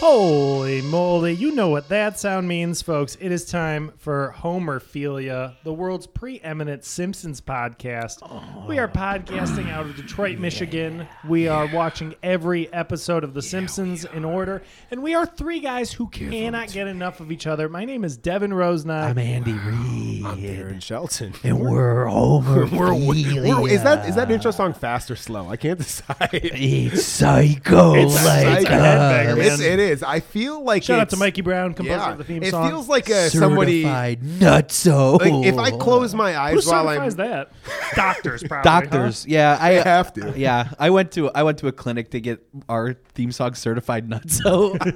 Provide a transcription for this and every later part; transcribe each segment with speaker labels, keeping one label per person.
Speaker 1: Holy moly, you know what that sound means, folks. It is time for Homerphilia, the world's preeminent Simpsons podcast. We
Speaker 2: Oh.
Speaker 1: are podcasting out of Detroit, Michigan. We are watching every episode of The Simpsons in order, and we are three guys who cannot get enough of each other. My name is Devin Rosenau.
Speaker 3: I'm Andy Reid,
Speaker 2: Aaron Shelton.
Speaker 3: and we're Homer.
Speaker 2: We're, we're,
Speaker 3: Philia.
Speaker 2: is that is
Speaker 4: uh,
Speaker 2: that intro song fast or slow? I can't decide.
Speaker 3: It's psycho.
Speaker 1: It's
Speaker 3: like us.
Speaker 1: psycho.
Speaker 4: uh,
Speaker 1: Headbanger, man.
Speaker 2: It's, it is. I feel like
Speaker 1: Shout out
Speaker 2: it's-
Speaker 1: to Mikey Brown, composer
Speaker 2: Yeah,
Speaker 1: of the theme
Speaker 2: it
Speaker 1: song.
Speaker 2: feels like uh somebody. Like,
Speaker 3: certified nutso.
Speaker 2: if I close my eyes
Speaker 1: Who
Speaker 2: while
Speaker 1: certifies
Speaker 2: I'm,
Speaker 1: that? Doctors, probably.
Speaker 4: Doctors, yeah, I
Speaker 2: have to.
Speaker 4: Yeah, I went to I went to a clinic to get our theme song certified nuts. So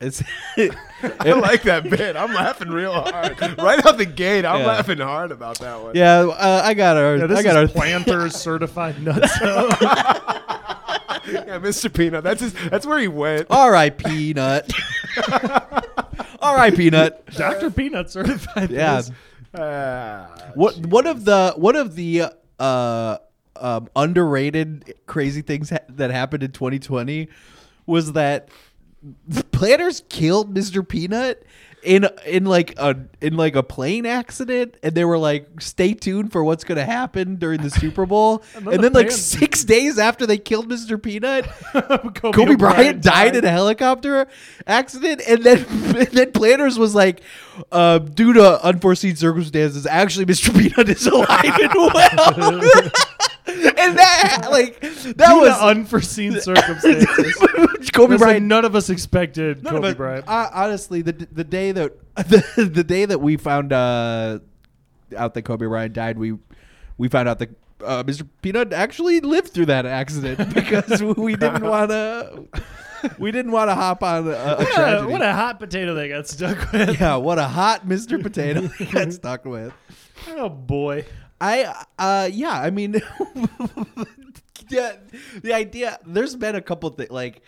Speaker 4: it's
Speaker 2: I like that bit. I'm laughing real hard right out the gate. I'm
Speaker 4: Yeah.
Speaker 2: laughing hard about that one.
Speaker 4: yeah. Uh, I got our
Speaker 1: Yeah, this
Speaker 4: I got our
Speaker 1: is planters certified nuts.
Speaker 2: Yeah, Mr. Peanut. That's his, that's where he went.
Speaker 4: R.I.P. Nut. R.I.P. Nut.
Speaker 1: Dr. Peanut certified.
Speaker 4: Yeah.
Speaker 1: this.
Speaker 4: Oh.
Speaker 2: Ah.
Speaker 4: What one of the one of the uh, um, underrated crazy things ha- that happened in 2020 was that the planners killed Mr. Peanut in in like a in like a plane accident, and they were like, "Stay tuned for what's going to happen during the Super Bowl." and
Speaker 1: then
Speaker 4: then,
Speaker 1: the
Speaker 4: like
Speaker 1: plan-
Speaker 4: six days after they killed Mr. Peanut,
Speaker 1: Kobe,
Speaker 4: Kobe
Speaker 1: O'Brien
Speaker 4: Bryant died in a helicopter accident, and then and then Planners was like, uh, due to unforeseen circumstances, actually Mr. Peanut is alive and well. and that like that
Speaker 1: Due to
Speaker 4: was
Speaker 1: unforeseen circumstances.
Speaker 4: Kobe
Speaker 1: That's like
Speaker 4: Bryant.
Speaker 1: none of us expected
Speaker 4: none of
Speaker 1: Kobe
Speaker 4: us-
Speaker 1: Bryant.
Speaker 4: I- honestly, the the day that the, the day that we found uh, out that Kobe Bryant died, we we found out that. Uh, Mr. Peanut actually lived through that accident because we didn't want to. We didn't want to hop on a, a
Speaker 1: What a,
Speaker 4: tragedy.
Speaker 1: what a hot potato they got stuck with.
Speaker 4: yeah, what a hot Mr. Potato he got stuck with.
Speaker 1: Oh boy.
Speaker 4: I uh yeah, I mean yeah, the idea there's been a couple things like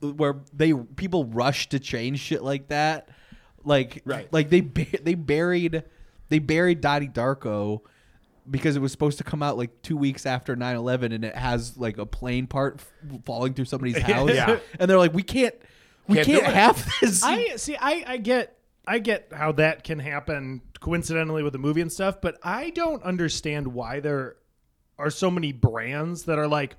Speaker 4: where they people rush to change shit like that. Like
Speaker 2: Right.
Speaker 4: like they bu- they buried they buried Dottie Darko because it was supposed to come out like two weeks after 9-11 and it has like a plane part f- falling through somebody's house
Speaker 2: Yeah.
Speaker 4: and they're like we can't we
Speaker 2: Can't
Speaker 4: can't,
Speaker 2: do it.
Speaker 4: have this
Speaker 1: I see I, I get I get how that can happen coincidentally with the movie and stuff, but I don't understand why there are so many brands that are like,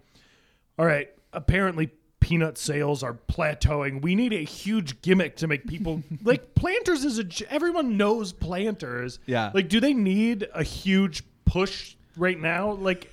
Speaker 1: all right, apparently peanut sales are plateauing. We need a huge gimmick to make people like planters is a j- everyone knows planters.
Speaker 4: Yeah.
Speaker 1: Like do they need a huge push right now? Like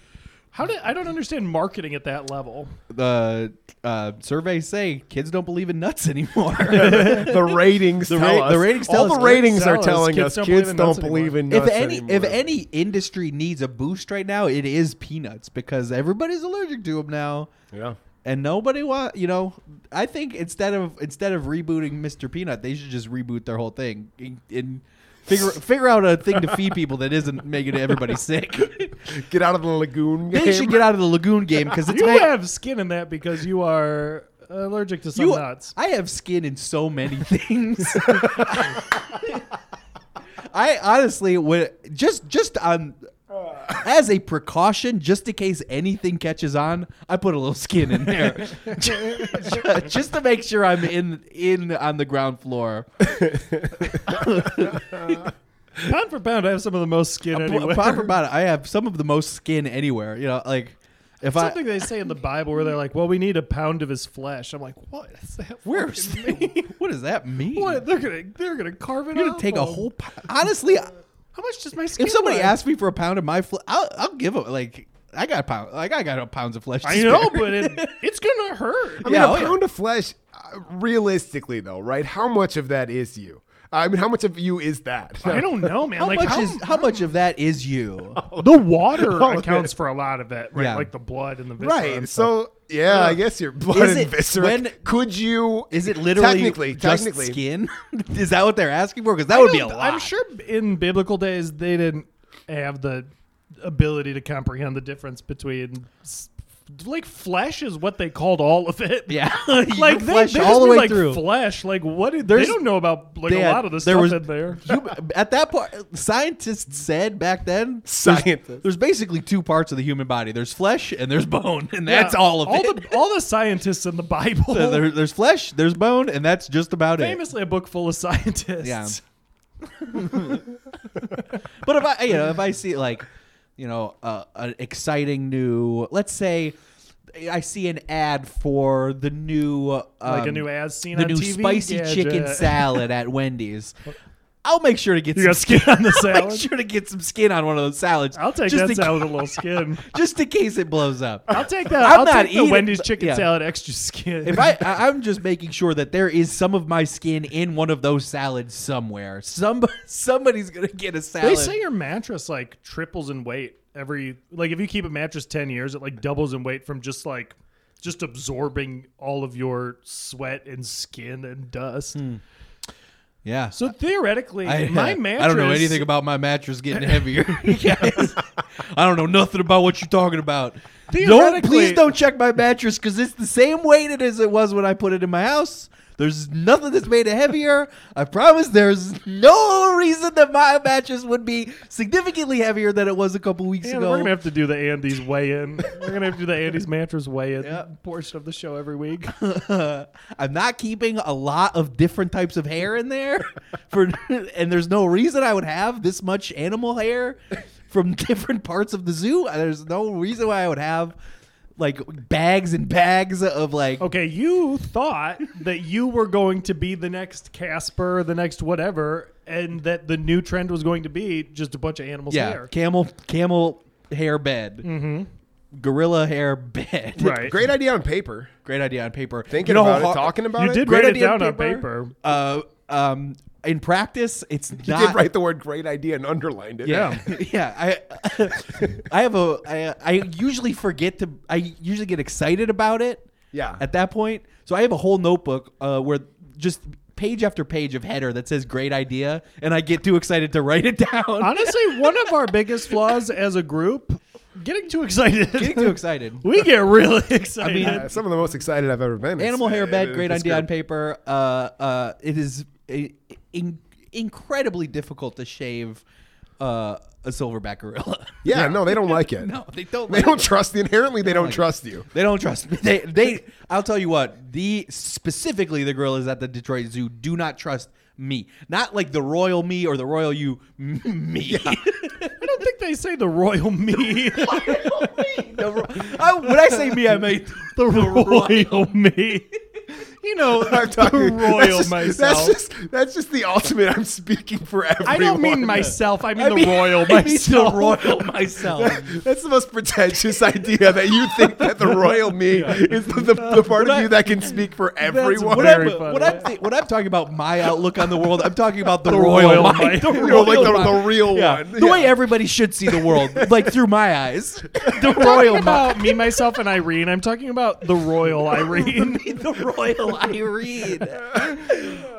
Speaker 1: how did I don't understand marketing at that level.
Speaker 4: the uh, surveys say kids don't believe in nuts anymore.
Speaker 2: the ratings
Speaker 4: The
Speaker 2: tell
Speaker 4: ra-
Speaker 2: us.
Speaker 4: the ratings
Speaker 2: All
Speaker 4: tell us.
Speaker 2: the ratings
Speaker 1: Tell
Speaker 2: are
Speaker 1: us.
Speaker 2: telling
Speaker 1: Kids
Speaker 2: us
Speaker 1: don't believe
Speaker 2: kids
Speaker 1: in nuts
Speaker 2: don't believe in
Speaker 4: if
Speaker 2: nuts
Speaker 4: any if
Speaker 2: anymore.
Speaker 4: any industry needs a boost right now, it is peanuts because everybody's allergic to them now,
Speaker 2: yeah.
Speaker 4: and nobody want you know. I think instead of instead of rebooting Mr. Peanut, they should just reboot their whole thing and- and figure figure out a thing to feed people that isn't making everybody sick.
Speaker 2: Get out of the lagoon.
Speaker 4: They
Speaker 2: game.
Speaker 4: should get out of the lagoon game because it's
Speaker 1: You
Speaker 4: ma-
Speaker 1: have skin in that because you are allergic to some
Speaker 4: You-
Speaker 1: nuts.
Speaker 4: I have skin in so many things. I honestly would just just on as a precaution, just in case anything catches on, I put a little skin in there, just to make sure I'm in in on the ground floor.
Speaker 1: Pound for pound, I have some of the most skin anywhere.
Speaker 4: Apart from that, I have some of the most skin anywhere. You know, like if I
Speaker 1: Something they say in the Bible where they're like, "Well, we need a pound of his flesh." I'm like, "What is that?
Speaker 4: where's
Speaker 1: fucking mean?"
Speaker 4: what does that mean?
Speaker 1: What they're gonna they're gonna carve it?
Speaker 4: You're
Speaker 1: up
Speaker 4: gonna take a
Speaker 1: on-
Speaker 4: whole. Po- honestly.
Speaker 1: How much does my skin?
Speaker 4: If somebody
Speaker 1: weigh?
Speaker 4: asks me for a pound of my flesh, I'll, I'll give them. Like I got pound, like I got pounds of flesh. to
Speaker 1: I know,
Speaker 4: spare.
Speaker 1: but it, it's gonna hurt.
Speaker 2: I mean,
Speaker 4: Yeah,
Speaker 2: a
Speaker 4: oh yeah.
Speaker 2: pound of flesh, uh, realistically, though, right? How much of that is you? I mean, how much of you is that?
Speaker 1: I don't know, man.
Speaker 4: how
Speaker 1: like
Speaker 4: much
Speaker 1: how,
Speaker 4: is how much of that is you?
Speaker 1: the water
Speaker 2: All of
Speaker 1: accounts for a lot of it, right?
Speaker 4: Yeah.
Speaker 1: Like the blood and the viscera
Speaker 2: Right.
Speaker 1: and stuff.
Speaker 2: So, yeah, I guess your blood
Speaker 4: Is
Speaker 2: and
Speaker 4: it-
Speaker 2: viscera.
Speaker 4: when-
Speaker 2: could you?
Speaker 4: Is it literally
Speaker 2: technically?
Speaker 4: just
Speaker 2: technically,
Speaker 4: skin? is that what they're asking for? Because that would be a
Speaker 1: don't-
Speaker 4: lot.
Speaker 1: I'm sure in biblical days they didn't have the ability to comprehend the difference between s- like flesh is what they called all of it.
Speaker 4: Yeah.
Speaker 1: like they,
Speaker 4: Flesh
Speaker 1: they just
Speaker 4: all the
Speaker 1: mean,
Speaker 4: way
Speaker 1: like
Speaker 4: through.
Speaker 1: Flesh, like what? Did, they
Speaker 4: There's-
Speaker 1: don't know about like
Speaker 4: they
Speaker 1: a
Speaker 4: had-
Speaker 1: lot of the
Speaker 4: there
Speaker 1: stuff
Speaker 4: was-
Speaker 1: in there.
Speaker 4: Hum- at that point, scientists said back then,
Speaker 2: Scientists.
Speaker 4: There's, there's basically two parts of the human body. There's flesh and there's bone, and that's
Speaker 1: Yeah,
Speaker 4: all of
Speaker 1: all
Speaker 4: it.
Speaker 1: The, all the scientists in the Bible,
Speaker 4: So there- there's flesh, there's bone, and that's just about it.
Speaker 1: famously a book full of scientists.
Speaker 4: Yeah. But if I, you know, if I see like, you know, uh, an exciting new, let's say, I see an ad for the new, um,
Speaker 1: Like a new ad scene
Speaker 4: the
Speaker 1: on
Speaker 4: new
Speaker 1: TV?
Speaker 4: spicy
Speaker 1: Yeah,
Speaker 4: chicken
Speaker 1: yeah.
Speaker 4: salad at Wendy's. I'll make sure to get
Speaker 1: You
Speaker 4: some
Speaker 1: got skin on the
Speaker 4: I'll
Speaker 1: salad.
Speaker 4: Make sure to get some skin on one of those salads.
Speaker 1: I'll take
Speaker 4: just
Speaker 1: that
Speaker 4: in,
Speaker 1: salad with a little skin.
Speaker 4: just in case it blows up.
Speaker 1: I'll take that.
Speaker 4: I'm
Speaker 1: will
Speaker 4: not
Speaker 1: take
Speaker 4: eating-
Speaker 1: the Wendy's chicken
Speaker 4: yeah.
Speaker 1: salad extra skin.
Speaker 4: If I, I, I'm just making sure that there is some of my skin in one of those salads somewhere. Some somebody's gonna get a salad.
Speaker 1: They say your mattress like triples in weight every like if you keep a mattress ten years, it like doubles in weight from just like just absorbing all of your sweat and skin and dust.
Speaker 4: yeah.
Speaker 1: So theoretically,
Speaker 4: Hmm. I,
Speaker 1: my
Speaker 4: I
Speaker 1: mattress.
Speaker 4: don't know anything about my mattress getting heavier. I don't know nothing about what you're talking about. Don't
Speaker 1: Theoretically-
Speaker 4: please don't check my mattress because it's the same weight it is it was when I put it in my house. There's nothing that's made it heavier. I promise. There's no reason that my mattress would be significantly heavier than it was a couple weeks
Speaker 1: Yeah,
Speaker 4: ago.
Speaker 1: we're gonna have to do the Andy's weigh-in. we're gonna have to do the Andy's mattress weigh-in
Speaker 4: Yeah.
Speaker 1: portion of the show every week.
Speaker 4: I'm not keeping a lot of different types of hair in there for and there's no reason I would have this much animal hair from different parts of the zoo. Uh, There's no reason why I would have like bags and bags of like
Speaker 1: Okay, you thought that you were going to be the next Casper, the next whatever, and that the new trend was going to be just a bunch of animals
Speaker 4: yeah,
Speaker 1: hair.
Speaker 4: camel camel hair bed. Mm-hmm. Gorilla hair bed.
Speaker 1: Right.
Speaker 2: Great idea on paper.
Speaker 4: Great idea on paper.
Speaker 2: Thinking
Speaker 4: You know
Speaker 2: about
Speaker 4: how
Speaker 2: it,
Speaker 4: har-
Speaker 2: talking about
Speaker 1: You
Speaker 2: it.
Speaker 1: did
Speaker 4: Great
Speaker 1: write it
Speaker 4: idea on
Speaker 1: down on
Speaker 4: paper.
Speaker 1: paper.
Speaker 4: Uh, um, in practice, it's
Speaker 2: You
Speaker 4: not
Speaker 2: did write the word "great idea" and underlined it.
Speaker 1: Yeah.
Speaker 4: yeah, I I have a I I usually forget to I usually get excited about it.
Speaker 2: Yeah.
Speaker 4: At that point, so I have a whole notebook uh, where just page after page of header that says "great idea," and I get too excited to write it down.
Speaker 1: Honestly, one of our biggest flaws as a group, getting too excited.
Speaker 4: Getting too excited.
Speaker 1: we get really excited.
Speaker 2: Uh, some of the most excited I've ever been. is-
Speaker 4: Animal hair bed,
Speaker 2: uh,
Speaker 4: great
Speaker 2: this
Speaker 4: idea on
Speaker 2: group.
Speaker 4: paper. Uh, uh, it is a, in, incredibly difficult to shave uh, a silverback gorilla.
Speaker 2: Yeah, no, they don't like it.
Speaker 4: no, they don't.
Speaker 2: they
Speaker 4: like
Speaker 2: don't trust you. Inherently, they don't
Speaker 4: like it.
Speaker 2: trust you.
Speaker 4: They don't trust me. They, they. I'll tell you what. The specifically the gorillas at the Detroit Zoo do not trust me. Not like the royal me or the royal you. m- Me.
Speaker 1: I don't think they say the royal me.
Speaker 4: The ro- I- when I say me, I mean
Speaker 1: the royal me. You know,
Speaker 2: I'm
Speaker 1: the
Speaker 2: talking
Speaker 1: royal
Speaker 2: that's just,
Speaker 1: myself.
Speaker 2: That's just that's just the ultimate. I'm speaking for everyone.
Speaker 1: I don't mean myself. I mean the royal
Speaker 4: I mean
Speaker 1: myself.
Speaker 4: The royal myself.
Speaker 2: That's the most pretentious idea that you think that the royal me is the, the, the part of you that can speak for everyone.
Speaker 4: What
Speaker 1: very
Speaker 4: I'm,
Speaker 1: funny.
Speaker 4: what, I'm thi- when I'm talking about my outlook on the world, I'm talking about the,
Speaker 1: The
Speaker 4: royal,
Speaker 1: royal mind.
Speaker 4: mind. The
Speaker 1: You
Speaker 2: know, like
Speaker 4: royal
Speaker 2: the- the
Speaker 4: mind.
Speaker 2: real
Speaker 4: Yeah.
Speaker 2: one.
Speaker 4: The way
Speaker 2: Yeah.
Speaker 4: everybody should see the world, like through my eyes. The
Speaker 1: talking
Speaker 4: royal mind.
Speaker 1: about me, myself, and Irene. I'm talking about the royal Irene.
Speaker 4: the royal Irene.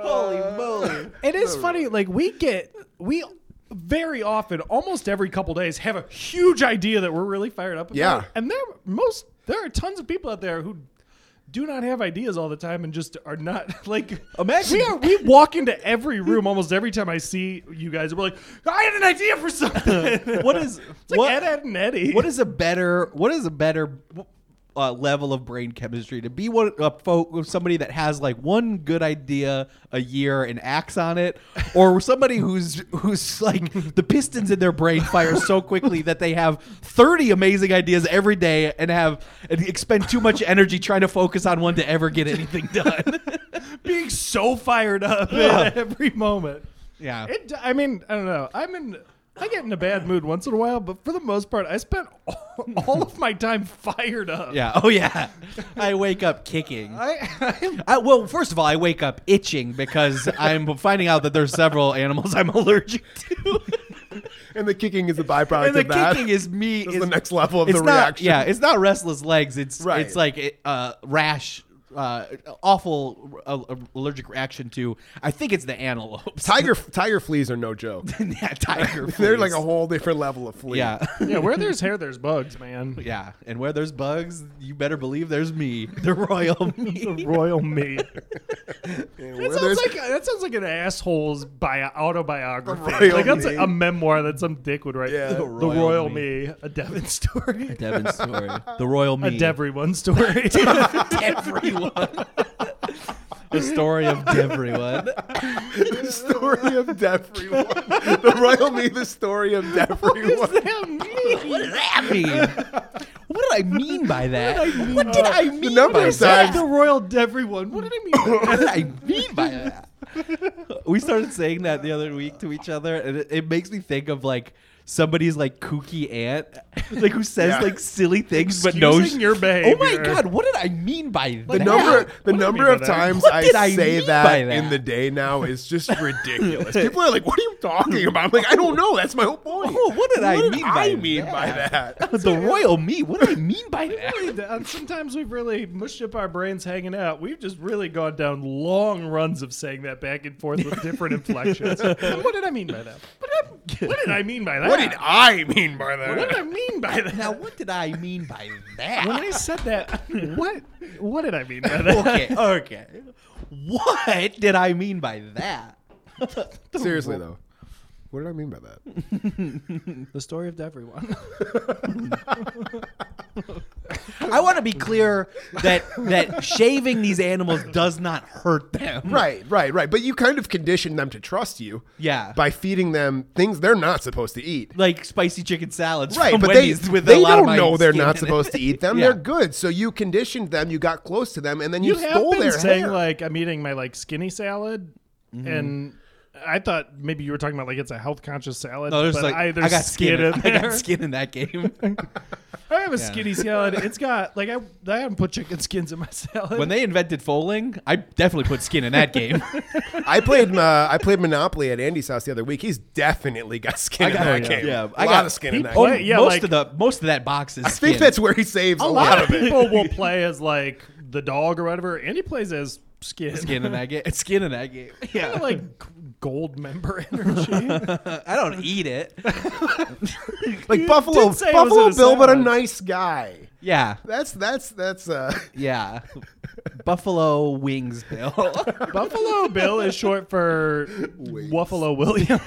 Speaker 4: Holy moly.
Speaker 1: It is funny. Like we get we very often, almost every couple days, have a huge idea that we're really fired up about.
Speaker 2: Yeah.
Speaker 1: and there most there are tons of people out there who do not have ideas all the time and just are not like.
Speaker 4: Imagine-
Speaker 1: we are we walk into every room almost every time I see you guys. We're like, I had an idea for something.
Speaker 4: What is
Speaker 1: It's like
Speaker 4: what,
Speaker 1: Ed, Ed, and Eddie.
Speaker 4: what is a better what is a better uh, level of brain chemistry to be one a folk somebody that has like one good idea a year and acts on it or somebody who's who's like the pistons in their brain fire so quickly that they have 30 amazing ideas every day and have and expend too much energy trying to focus on one to ever get anything done
Speaker 1: being so fired up
Speaker 4: Yeah.
Speaker 1: at every moment?
Speaker 4: yeah
Speaker 1: It, I mean, I don't know. I'm in. I get in a bad mood once in a while, but for the most part, I spent all, all of my time fired up.
Speaker 4: yeah oh yeah i wake up kicking
Speaker 1: I, I,
Speaker 4: I, well, first of all, I wake up itching because I'm finding out that there's several animals I'm allergic to,
Speaker 2: and the kicking is the byproduct
Speaker 4: and the
Speaker 2: of that.
Speaker 4: kicking is me.
Speaker 2: That's
Speaker 4: is
Speaker 2: the next level of
Speaker 4: it's
Speaker 2: the
Speaker 4: not-
Speaker 2: reaction.
Speaker 4: Yeah, it's not restless legs. It's
Speaker 2: Right.
Speaker 4: it's like it, uh, rash uh, awful uh, allergic reaction to. I think it's the antelopes.
Speaker 2: Tiger tiger fleas are no joke.
Speaker 4: yeah, tiger.
Speaker 2: They're like
Speaker 4: fleas.
Speaker 2: a whole different level of flea.
Speaker 4: yeah,
Speaker 1: yeah, where there's hair, there's bugs, man.
Speaker 4: yeah. And where there's bugs, you better believe there's me, the royal
Speaker 1: The
Speaker 4: me.
Speaker 1: royal me. that
Speaker 2: And where
Speaker 1: sounds
Speaker 2: there's-
Speaker 1: like that sounds like an asshole's bio, autobiography.
Speaker 2: The royal
Speaker 1: like that's
Speaker 2: me.
Speaker 1: a memoir that some dick would write.
Speaker 2: Yeah. The
Speaker 1: The royal,
Speaker 4: royal
Speaker 1: me. a Devon story,
Speaker 4: Devin's story. The royal
Speaker 1: a
Speaker 4: me.
Speaker 1: Devryone story.
Speaker 4: everyone. the story of everyone.
Speaker 2: the story of Defrey. the royal me, the story of Defrey.
Speaker 4: What does that mean? What did I mean by that? What did I mean?
Speaker 2: number
Speaker 4: by
Speaker 2: of
Speaker 4: that?
Speaker 2: times-
Speaker 1: the royal Devryone. What did I mean?
Speaker 4: What did I mean by that? We started saying that the other week to each other, and it, it makes me think of like somebody's like kooky aunt, like who says
Speaker 2: Yeah.
Speaker 4: like silly things, but knows
Speaker 1: Excusing your
Speaker 4: Oh my
Speaker 1: behavior.
Speaker 4: god, what did I mean by
Speaker 2: The
Speaker 4: that?
Speaker 2: number, the
Speaker 1: What do you
Speaker 2: number
Speaker 1: mean
Speaker 2: of
Speaker 1: by that?
Speaker 2: times
Speaker 4: What
Speaker 2: I
Speaker 4: did I
Speaker 2: say
Speaker 4: mean
Speaker 2: that,
Speaker 4: by
Speaker 2: in
Speaker 4: that?
Speaker 2: the day now is just ridiculous. People are like, "What are you talking about?" I'm like, "I don't know. That's my whole point."
Speaker 4: Oh, what did I
Speaker 2: What
Speaker 4: mean
Speaker 2: did
Speaker 4: by
Speaker 2: I mean by that?
Speaker 4: the royal me. What did I mean by that?
Speaker 1: really d- uh, sometimes we've really mushed up our brains hanging out. We've just really gone down long runs of saying that back and forth with different inflections. And what did I mean by that? What did I, what did I mean by that?
Speaker 2: What did I mean by that?
Speaker 1: What did I mean by that?
Speaker 4: Now, what did I mean by that?
Speaker 1: when I said that, what what did I mean by that?
Speaker 4: okay, okay. What did I mean by that?
Speaker 2: Seriously though, what did I mean by that?
Speaker 1: The story of everyone.
Speaker 4: I want to be clear that that shaving these animals does not hurt them.
Speaker 2: right, right, right. But you kind of condition them to trust you.
Speaker 4: Yeah.
Speaker 2: By feeding them things they're not supposed to eat.
Speaker 4: Like spicy chicken salads
Speaker 2: Right,
Speaker 4: from
Speaker 2: but they,
Speaker 4: Wendy's with
Speaker 2: they
Speaker 4: a lot
Speaker 2: don't
Speaker 4: of my
Speaker 2: know they're
Speaker 4: skin in
Speaker 2: not
Speaker 4: it.
Speaker 2: supposed to eat them.
Speaker 4: Yeah.
Speaker 2: They're good. So you conditioned them, you got close to them, and then you,
Speaker 1: You have
Speaker 2: stole
Speaker 1: been
Speaker 2: their
Speaker 1: saying
Speaker 2: hair.
Speaker 1: like I'm eating my like skinny salad,
Speaker 4: Mm-hmm.
Speaker 1: and I thought maybe you were talking about like it's a health conscious salad.
Speaker 4: No, there's
Speaker 1: but
Speaker 4: like
Speaker 1: I,
Speaker 4: I
Speaker 1: there's
Speaker 4: got skin.
Speaker 1: in
Speaker 4: In, I
Speaker 1: there.
Speaker 4: got skin in that game.
Speaker 1: I have a skinny salad. It's got like I I haven't put chicken skins in my salad.
Speaker 4: when they invented foaling, I definitely put skin in that game.
Speaker 2: I played uh, I played Monopoly at Andy's house the other week. He's definitely got skin in that game.
Speaker 4: yeah,
Speaker 2: a
Speaker 4: I
Speaker 2: lot
Speaker 4: got
Speaker 2: of skin in that.
Speaker 1: Oh,
Speaker 2: game.
Speaker 1: Wait, yeah,
Speaker 4: most
Speaker 1: like-
Speaker 4: of the most of that box is.
Speaker 2: I think that's where he saves
Speaker 1: a
Speaker 2: a, lot, of it.
Speaker 1: people will play as like the dog or whatever, and he plays as skin.
Speaker 4: skin in that game. It's skin in that game.
Speaker 1: Kind of like gold member energy.
Speaker 4: I don't eat it.
Speaker 2: Like
Speaker 1: You
Speaker 2: Buffalo
Speaker 1: did say it was
Speaker 2: Buffalo
Speaker 1: in a
Speaker 2: Bill, but a
Speaker 1: salad.
Speaker 2: nice guy.
Speaker 4: Yeah.
Speaker 2: That's that's that's uh
Speaker 4: Yeah. Buffalo wings, Bill.
Speaker 1: Buffalo Bill is short for Buffalo William.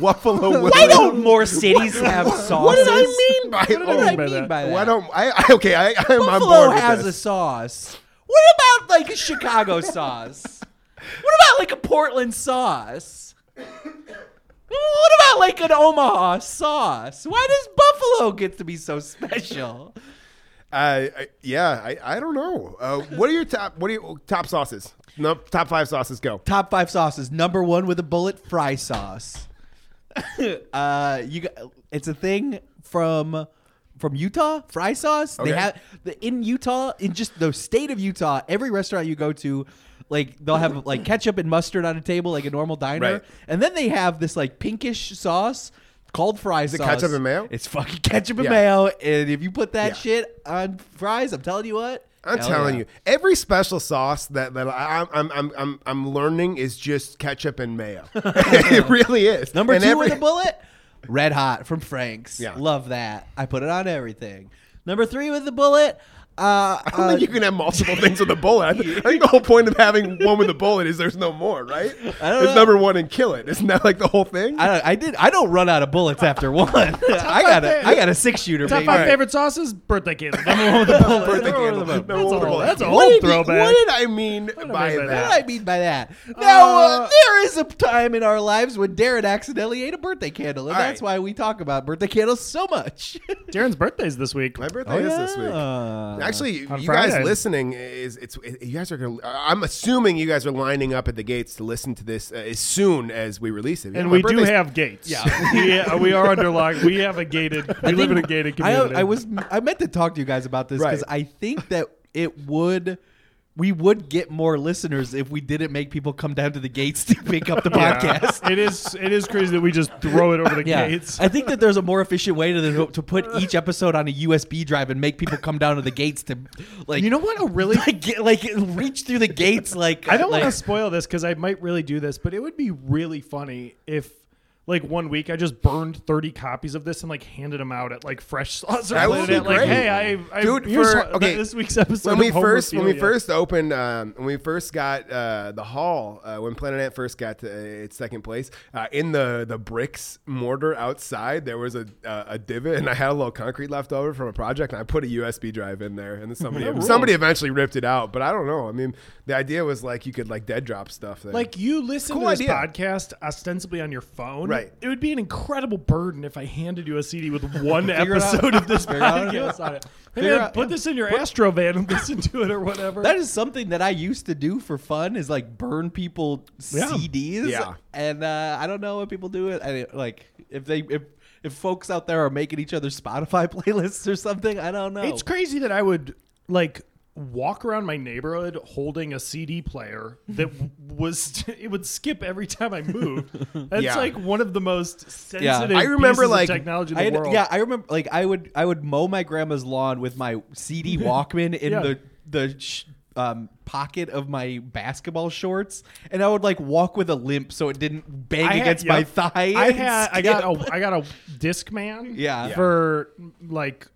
Speaker 2: Buffalo.
Speaker 4: Why don't more cities have sauces?
Speaker 2: What did I mean by
Speaker 4: What did
Speaker 2: oh,
Speaker 4: I
Speaker 1: by
Speaker 4: mean
Speaker 1: that?
Speaker 4: by that?
Speaker 2: Why don't I? I- Okay, I, I'm on
Speaker 4: Buffalo
Speaker 2: board with
Speaker 4: has a
Speaker 2: this.
Speaker 4: sauce. What about like a Chicago sauce? What about like a Portland sauce? What about like an Omaha sauce? Why does Buffalo get to be so special?
Speaker 2: I- I- yeah, I, I don't know. Uh, what are your top? What are your top sauces? No, top five sauces. Go.
Speaker 4: Top five sauces. Number one with a bullet fry sauce. uh, you got, it's a thing from from Utah fry sauce. They
Speaker 2: Okay.
Speaker 4: have the, in Utah in just the state of Utah. Every restaurant you go to, like they'll have like ketchup and mustard on a table like a normal diner,
Speaker 2: Right.
Speaker 4: and then they have this like pinkish sauce called fry
Speaker 2: it
Speaker 4: sauce.
Speaker 2: ketchup and mayo?
Speaker 4: It's fucking ketchup and
Speaker 2: Yeah.
Speaker 4: mayo, and if you put that
Speaker 2: Yeah.
Speaker 4: shit on fries, I'm telling you what.
Speaker 2: I'm
Speaker 4: hell
Speaker 2: telling
Speaker 4: yeah.
Speaker 2: you, every special sauce that, that I, I'm, I'm, I'm, I'm learning is just ketchup and mayo. it really is.
Speaker 4: Number
Speaker 2: and
Speaker 4: two
Speaker 2: every-
Speaker 4: with a bullet, Red Hot from Frank's.
Speaker 2: Yeah.
Speaker 4: Love that. I put it on everything. Number three with a bullet. Uh,
Speaker 2: I don't
Speaker 4: uh,
Speaker 2: think you can have multiple things with a bullet. I, th- I think the whole point of having one with a bullet is there's no more, right?
Speaker 4: don't
Speaker 2: it's
Speaker 4: know.
Speaker 2: number one and kill it. Isn't that like the whole thing?
Speaker 4: I, don't- I did. I don't run out of bullets after one. I got a. I got a six shooter.
Speaker 1: Top
Speaker 4: baby.
Speaker 1: five favorite sauces: birthday cake. Number one with the bullet.
Speaker 2: Birthday
Speaker 1: Number one
Speaker 2: candle.
Speaker 1: with the bullet.
Speaker 2: Number one with a bullet.
Speaker 1: That's a
Speaker 2: What
Speaker 1: whole
Speaker 2: did you-
Speaker 1: throwback.
Speaker 2: What did I mean by
Speaker 1: mean by
Speaker 2: that?
Speaker 1: that?
Speaker 4: What did I mean by that? Now uh, there is a time in our lives when Darren accidentally ate a birthday candle, and
Speaker 2: All
Speaker 4: that's
Speaker 2: right.
Speaker 4: why we talk about birthday candles so much.
Speaker 1: Darren's birthday's this week.
Speaker 2: My
Speaker 4: Oh,
Speaker 2: birthday is Oh, this week. Actually,
Speaker 1: Uh, on
Speaker 2: you
Speaker 1: Friday.
Speaker 2: guys listening is it's it- you guys are gonna. I'm assuming you guys are lining up at the gates to listen to this uh, as soon as we release it. Yeah,
Speaker 1: And
Speaker 2: my
Speaker 1: we do
Speaker 2: birthday's-
Speaker 1: have gates. Yeah, we, uh, we are under lock. We have a gated. We live in a gated
Speaker 4: I,
Speaker 1: community.
Speaker 4: I was I meant to talk to you guys about this because
Speaker 2: Right.
Speaker 4: I think that it would we would get more listeners if we didn't make people come down to the gates to pick up the podcast.
Speaker 1: it is it is crazy that we just throw it over the
Speaker 4: Yeah,
Speaker 1: gates.
Speaker 4: I think that there's a more efficient way to to put each episode on a USB drive and make people come down to the gates to, like,
Speaker 3: You know what? A really
Speaker 4: like, get, like reach through the gates. Like,
Speaker 1: I don't
Speaker 4: like,
Speaker 1: want to spoil this because I might really do this, but it would be really funny if, like, one week I just burned thirty copies of this and like handed them out at like fresh sauce or
Speaker 2: That would
Speaker 1: something
Speaker 2: be
Speaker 1: at, like,
Speaker 2: great.
Speaker 1: hey, I, I
Speaker 2: Dude,
Speaker 1: here's
Speaker 2: for-
Speaker 1: what-
Speaker 2: okay,
Speaker 1: this week's episode.
Speaker 2: when we
Speaker 1: of
Speaker 2: first when we
Speaker 1: Homophilia.
Speaker 2: first opened um, when we first got uh, the hall uh, when Planet Ant first got to uh, its second place uh, in the the bricks mortar outside there was a uh, a divot and I had a little concrete left over from a project and I put a USB drive in there and then somebody somebody eventually ripped it out but I don't know I mean the idea was like you could like dead drop stuff there.
Speaker 1: Like you listen
Speaker 2: Cool
Speaker 1: to this
Speaker 2: idea.
Speaker 1: podcast ostensibly on your phone,
Speaker 2: Right.
Speaker 1: It would be an incredible burden if I handed you a CD with one
Speaker 4: it out.
Speaker 1: episode of this
Speaker 4: Figure it out.
Speaker 1: podcast on it. Hey,
Speaker 4: Figure
Speaker 1: man,
Speaker 4: out-
Speaker 1: put this in your Astro van and listen to it or whatever.
Speaker 4: That is something that I used to do for fun is like burn people
Speaker 1: Yeah.
Speaker 4: CDs.
Speaker 2: Yeah.
Speaker 4: And uh, I don't know what people do it. I, like if they if if folks out there are making each other Spotify playlists or something, I don't know.
Speaker 1: It's crazy that I would like walk around my neighborhood holding a CD player that w- was it would skip every time I moved. That's
Speaker 2: Yeah.
Speaker 1: like one of the most
Speaker 4: Yeah.
Speaker 1: sensitive.
Speaker 2: I
Speaker 1: pieces
Speaker 2: remember,
Speaker 1: of
Speaker 2: like,
Speaker 1: technology in
Speaker 4: I
Speaker 1: the
Speaker 4: had-
Speaker 1: world.
Speaker 4: yeah, I remember like I would I would mow my grandma's lawn with my CD Walkman in
Speaker 1: Yeah.
Speaker 4: the the sh- um, pocket of my basketball shorts, and I would like walk with a limp so it didn't bang
Speaker 1: I had-
Speaker 4: against
Speaker 1: yeah.
Speaker 4: my thigh.
Speaker 1: I
Speaker 4: and
Speaker 1: had I
Speaker 4: skip.
Speaker 1: got a I got a Discman.
Speaker 4: Yeah. Yeah.
Speaker 1: For like,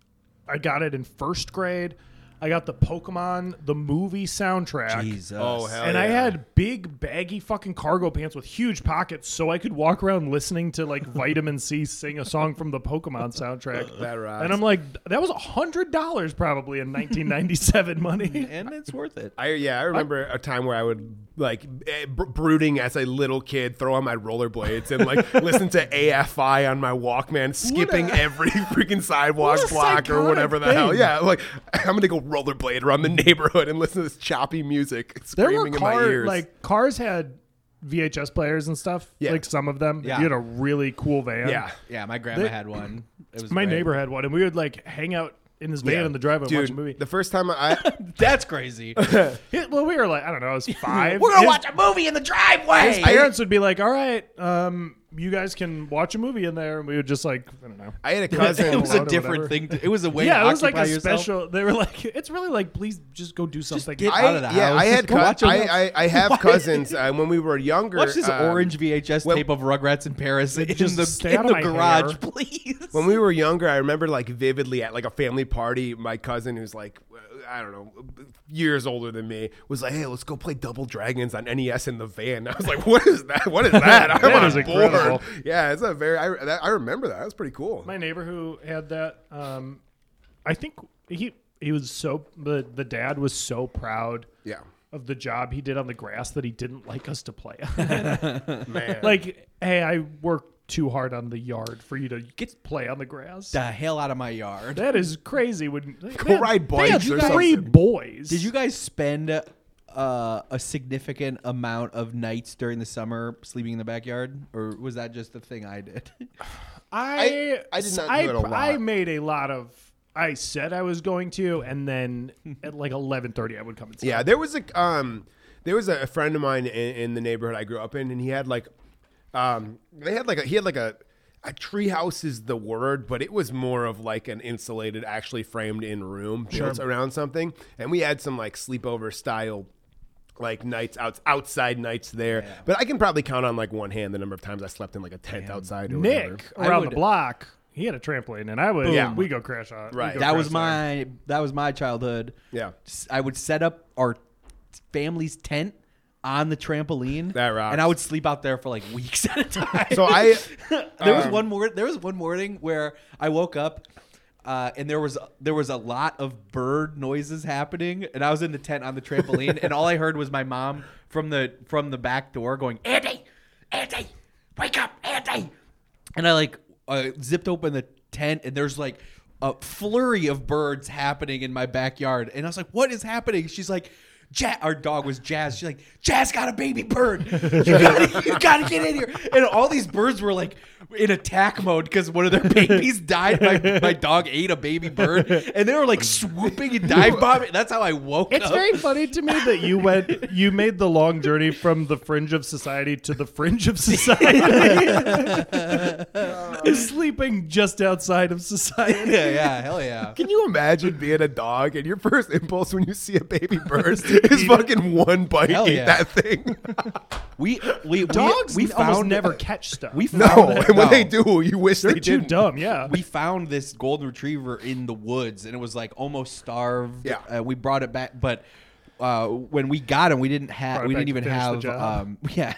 Speaker 1: I got it in first grade. I got the Pokemon the movie soundtrack.
Speaker 4: Jesus.
Speaker 2: oh hell
Speaker 1: and I
Speaker 2: yeah.
Speaker 1: had big baggy fucking cargo pants with huge pockets, so I could walk around listening to like Vitamin C sing a song from the Pokemon soundtrack.
Speaker 2: That rocks.
Speaker 1: And I'm like, that was a hundred dollars probably in 1997 money.
Speaker 4: and it's worth it.
Speaker 2: I yeah, I remember a time where I would like eh, br- brooding as a little kid, throw on my rollerblades and like listen to AFI on my Walkman, skipping every freaking sidewalk
Speaker 1: what a
Speaker 2: block or whatever the
Speaker 1: psychotic
Speaker 2: hell.
Speaker 1: thing.
Speaker 2: Yeah, like I'm gonna go rollerblade around the neighborhood and listen to this choppy music
Speaker 1: There
Speaker 2: screaming
Speaker 1: were
Speaker 2: in my
Speaker 1: cars
Speaker 2: ears.
Speaker 1: like cars had VHS players and stuff.
Speaker 2: Yeah.
Speaker 1: Like some of them. If
Speaker 4: Yeah.
Speaker 1: You had a really cool van.
Speaker 2: yeah,
Speaker 4: Yeah, my grandma
Speaker 1: They-
Speaker 4: had one. It was
Speaker 1: My
Speaker 4: great.
Speaker 1: neighbor had one, and we would like hang out in his van
Speaker 2: yeah.
Speaker 1: in the driveway and
Speaker 2: Dude,
Speaker 1: watch a movie.
Speaker 2: The first time I,
Speaker 4: That's crazy.
Speaker 1: He- well, we were like, I don't know, I was five.
Speaker 4: We're gonna
Speaker 1: His-
Speaker 4: watch a movie in the driveway.
Speaker 1: My parents would be like, "All right, um, you guys can watch a movie in there," and we would just like, I don't know.
Speaker 2: I had a
Speaker 4: it
Speaker 2: cousin.
Speaker 4: was a
Speaker 1: Whatever.
Speaker 4: different thing. To, it was a way.
Speaker 1: yeah,
Speaker 4: to
Speaker 1: it was like
Speaker 4: occupy
Speaker 1: a
Speaker 4: yourself.
Speaker 1: special. They were like, "It's really like, please just go do something."
Speaker 4: get
Speaker 2: I,
Speaker 4: out of the
Speaker 2: yeah,
Speaker 4: house.
Speaker 2: I had
Speaker 4: Go
Speaker 2: cou-
Speaker 4: watch a movie.
Speaker 2: I, I, I have cousins uh, when we were younger.
Speaker 4: Watch this
Speaker 2: um,
Speaker 4: orange VHS
Speaker 2: when-
Speaker 4: tape of Rugrats in Paris in
Speaker 1: just
Speaker 4: the,
Speaker 1: stay
Speaker 4: in
Speaker 1: out of
Speaker 4: the
Speaker 1: my
Speaker 4: garage,
Speaker 1: hair.
Speaker 4: please.
Speaker 2: when we were younger, I remember like vividly at like a family party, my cousin who's like, I don't know, years older than me was like, hey, let's go play Double Dragons on NES in the van. I was like, what is that? What is that? I'm
Speaker 1: That
Speaker 2: on
Speaker 1: is
Speaker 2: board.
Speaker 1: incredible.
Speaker 2: Yeah, it's a very, I, that, I remember that. That was pretty cool.
Speaker 1: My neighbor who had that, um, I think he he was so the the dad was so proud
Speaker 2: yeah.
Speaker 1: of the job he did on the grass that he didn't like us to play. on.
Speaker 2: Man.
Speaker 1: like, hey, I worked too hard on the yard for you to get play on the grass.
Speaker 4: the hell out of my yard.
Speaker 1: That is crazy. When go
Speaker 2: ride
Speaker 1: they had
Speaker 2: bikes or
Speaker 1: three
Speaker 2: something.
Speaker 1: boys.
Speaker 4: Did you guys spend uh, a significant amount of nights during the summer sleeping in the backyard, or was that just the thing I did?
Speaker 1: I
Speaker 2: I- I did not
Speaker 1: I,
Speaker 2: do it a lot.
Speaker 1: I made a lot of. I said I was going to, and then at like eleven thirty, I would come and
Speaker 2: Yeah, there was a um, there was a friend of mine in, in the neighborhood I grew up in, and he had like, um, they had like a he had like a a treehouse is the word, but it was more of like an insulated, actually framed in room built around something, and we had some like sleepover style. Like nights out, outside nights there, but I can probably count on like one hand the number of times I slept in like a tent outside. Or whatever.
Speaker 1: Nick
Speaker 4: I
Speaker 1: around
Speaker 4: would-
Speaker 1: the block. He had a trampoline, and I would.
Speaker 2: Yeah.
Speaker 1: we go crash on. we
Speaker 2: Right.
Speaker 1: go
Speaker 2: That
Speaker 4: that was
Speaker 1: crash on.
Speaker 4: my that was my childhood.
Speaker 2: Yeah.
Speaker 4: S- I would set up our family's tent on the trampoline.
Speaker 2: That rocks.
Speaker 4: And I would sleep out there for like weeks at a time.
Speaker 2: So I,
Speaker 4: there was one more. There was one morning where I woke up, uh, and there was there was a lot of bird noises happening, and I was in the tent on the trampoline, and all I heard was my mom from the from the back door going, "Andy, Andy, wake up, Andy!" And I like uh, zipped open the tent, and there's like a flurry of birds happening in my backyard, and I was like, "What is happening?" She's like. Ja- our dog was Jazz. She's like, Jazz got a baby bird. You gotta, you gotta get in here. And all these birds were like in attack mode because one of their babies died. My, my dog ate a baby bird, and they were like swooping and dive bombing. That's how I woke
Speaker 1: It's
Speaker 4: up.
Speaker 1: very funny to me that you went, you made the long journey from the fringe of society to the fringe of society. Sleeping just outside of society.
Speaker 4: yeah, yeah, hell yeah.
Speaker 2: Can you imagine being a dog and your first impulse when you see a baby bird is fucking one bite
Speaker 4: Hell
Speaker 2: eat
Speaker 4: yeah.
Speaker 2: that thing?
Speaker 4: We we
Speaker 1: Dogs
Speaker 4: we,
Speaker 1: we,
Speaker 4: we
Speaker 1: almost
Speaker 4: found
Speaker 1: never catch stuff.
Speaker 4: We
Speaker 2: No,
Speaker 4: found
Speaker 2: and when they do, you wish
Speaker 1: They're
Speaker 2: they
Speaker 1: too
Speaker 2: didn't.
Speaker 1: dumb, yeah.
Speaker 4: we found this golden retriever in the woods and it was like almost starved.
Speaker 2: Yeah.
Speaker 4: Uh, we brought it back, but uh, when we got him, we didn't have,
Speaker 1: Brought it
Speaker 4: we
Speaker 1: back
Speaker 4: didn't
Speaker 1: to
Speaker 4: even
Speaker 1: finish the
Speaker 4: have,
Speaker 1: job.
Speaker 4: um, yeah,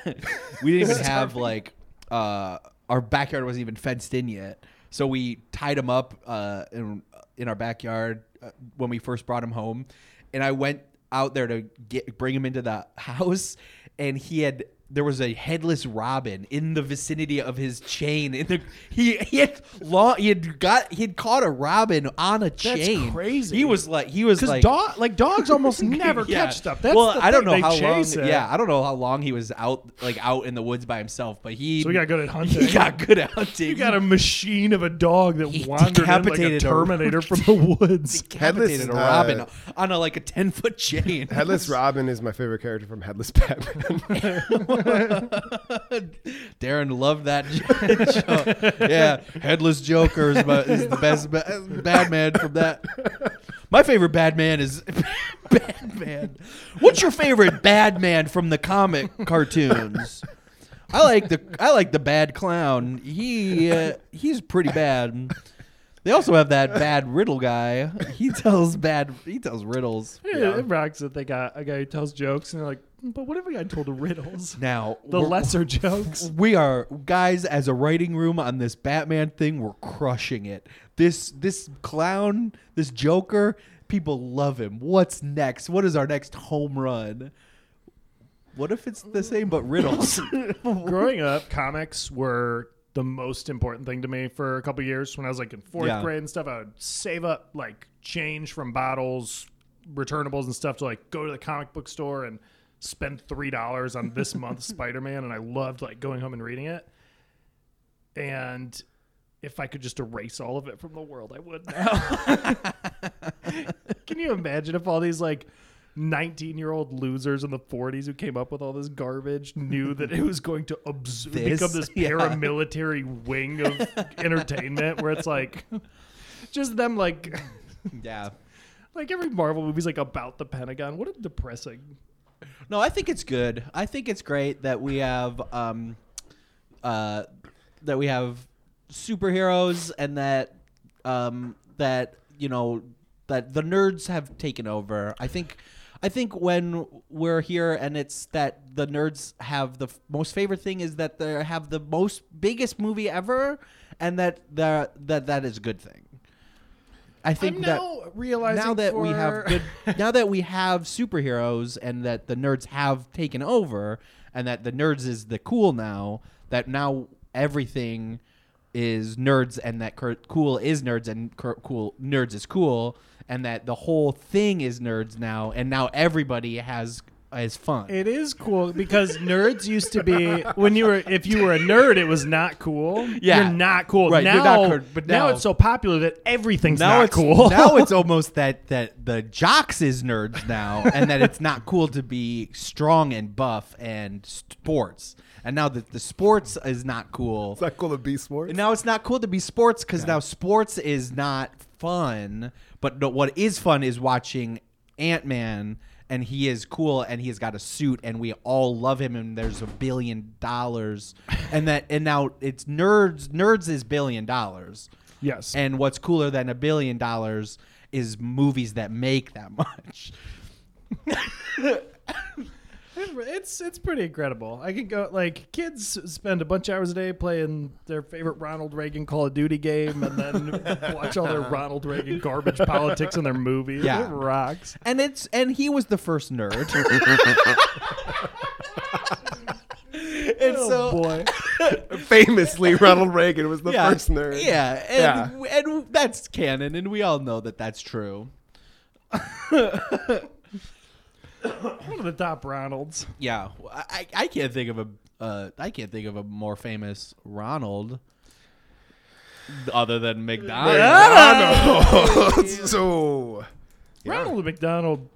Speaker 4: we didn't even have like, uh, our backyard wasn't even fenced in yet. So we tied him up uh, in, in our backyard uh, when we first brought him home. And I went out there to get, bring him into the house and he had, there was a headless robin in the vicinity of his chain. In the he he had long, he had got he had caught a robin on a chain.
Speaker 1: crazy.
Speaker 4: He was like he was
Speaker 1: because
Speaker 4: like
Speaker 1: dog, like dogs, almost never
Speaker 4: yeah.
Speaker 1: catch stuff. That's
Speaker 4: well,
Speaker 1: the
Speaker 4: I don't
Speaker 1: thing,
Speaker 4: know
Speaker 1: they
Speaker 4: how long.
Speaker 1: chase it.
Speaker 4: Yeah, I don't know how long he was out, like out in the woods by himself. But he
Speaker 1: So he got good at hunting.
Speaker 4: He got good at hunting.
Speaker 1: you got a machine of a dog that
Speaker 4: He
Speaker 1: wandered in like a
Speaker 4: decapitated a-
Speaker 1: Terminator from the woods.
Speaker 4: decapitated
Speaker 2: Headless,
Speaker 4: a robin
Speaker 2: uh,
Speaker 4: on a like a ten foot chain.
Speaker 2: Headless Robin is my favorite character from Headless Batman.
Speaker 4: Darren loved that show. yeah, headless Joker is, my, is the best ba- Batman from that. My favorite Batman is Batman. What's your favorite Batman from the comic cartoons? I like the I like the bad clown. He uh, he's pretty bad. They also have that bad riddle guy. He tells bad he tells riddles.
Speaker 1: Yeah, It rocks that they got a guy who tells jokes, and they're like, but what if a guy told riddles?
Speaker 4: Now
Speaker 1: The
Speaker 4: we're-
Speaker 1: lesser jokes.
Speaker 4: we are guys as a writing room on this Batman thing. We're crushing it. This this clown, this Joker, people love him. What's next? What is our next home run? What if it's the same but riddles?
Speaker 1: Growing up, comics were the most important thing to me for a couple years. When I was like in fourth
Speaker 4: Yeah.
Speaker 1: grade and stuff, I would save up like change from bottles, returnables, and stuff to like go to the comic book store and spend three dollars on this month's Spider Man. And I loved like going home and reading it. And if I could just erase all of it from the world, I would now. Can you imagine if all these like 19 year old losers in the 40s who came up with all this garbage knew that it was going to absor-
Speaker 4: This?
Speaker 1: become this
Speaker 4: Yeah.
Speaker 1: paramilitary wing of entertainment where it's like just them like
Speaker 4: yeah.
Speaker 1: like every Marvel movie's like about the Pentagon. What a depressing.
Speaker 4: No, I think it's good. I think it's great that we have um uh that we have superheroes and that um that you know that the nerds have taken over. I think I think when we're here and it's that the nerds have the f- most favorite thing is that they have the most biggest movie ever and that they're- that that is a good thing. I think
Speaker 1: I'm
Speaker 4: that
Speaker 1: now realizing
Speaker 4: now that we
Speaker 1: for-
Speaker 4: have good, now that we have superheroes and that the nerds have taken over and that the nerds is the cool now that now everything is nerds and that cur- cool is nerds and cur- cool nerds is cool and that the whole thing is nerds now and now everybody has is fun.
Speaker 1: It is cool because nerds used to be when you were if you were a nerd, it was not cool.
Speaker 4: Yeah.
Speaker 1: you're not cool.
Speaker 4: Right,
Speaker 1: now,
Speaker 4: you're not cool, but
Speaker 1: but now,
Speaker 4: now-
Speaker 1: it's so popular that everything's
Speaker 4: now
Speaker 1: not
Speaker 4: it's
Speaker 1: cool.
Speaker 4: now it's almost that that the jocks is nerds now, and that it's not cool to be strong and buff and sports. And now that the sports is not cool,
Speaker 2: it's not cool to be smart.
Speaker 4: and now it's not cool to be sports because now sports is not fun. But no, what is fun is watching Ant Man, and he is cool, and he's got a suit, and we all love him, and there's a billion dollars, and that and now it's nerds. Nerds is billion dollars.
Speaker 1: yes,
Speaker 4: And what's cooler than a billion dollars is movies that make that much.
Speaker 1: it's it's pretty incredible. I can go like kids spend a bunch of hours a day playing their favorite Ronald Reagan Call of Duty game, and then watch all their Ronald Reagan garbage politics in their movies.
Speaker 4: Yeah.
Speaker 1: It rocks.
Speaker 4: And it's and he was the first nerd. and
Speaker 1: Oh
Speaker 4: so
Speaker 1: boy,
Speaker 2: Famously, Ronald Reagan was the
Speaker 4: yeah,
Speaker 2: first nerd.
Speaker 4: Yeah, and and that's canon and we all know that that's true.
Speaker 1: One of the top Ronalds.
Speaker 4: Yeah, well, I, I can't think of a uh, I can't think of a more famous Ronald other than McDonald.
Speaker 2: Ronald. so
Speaker 1: Ronald McDonald.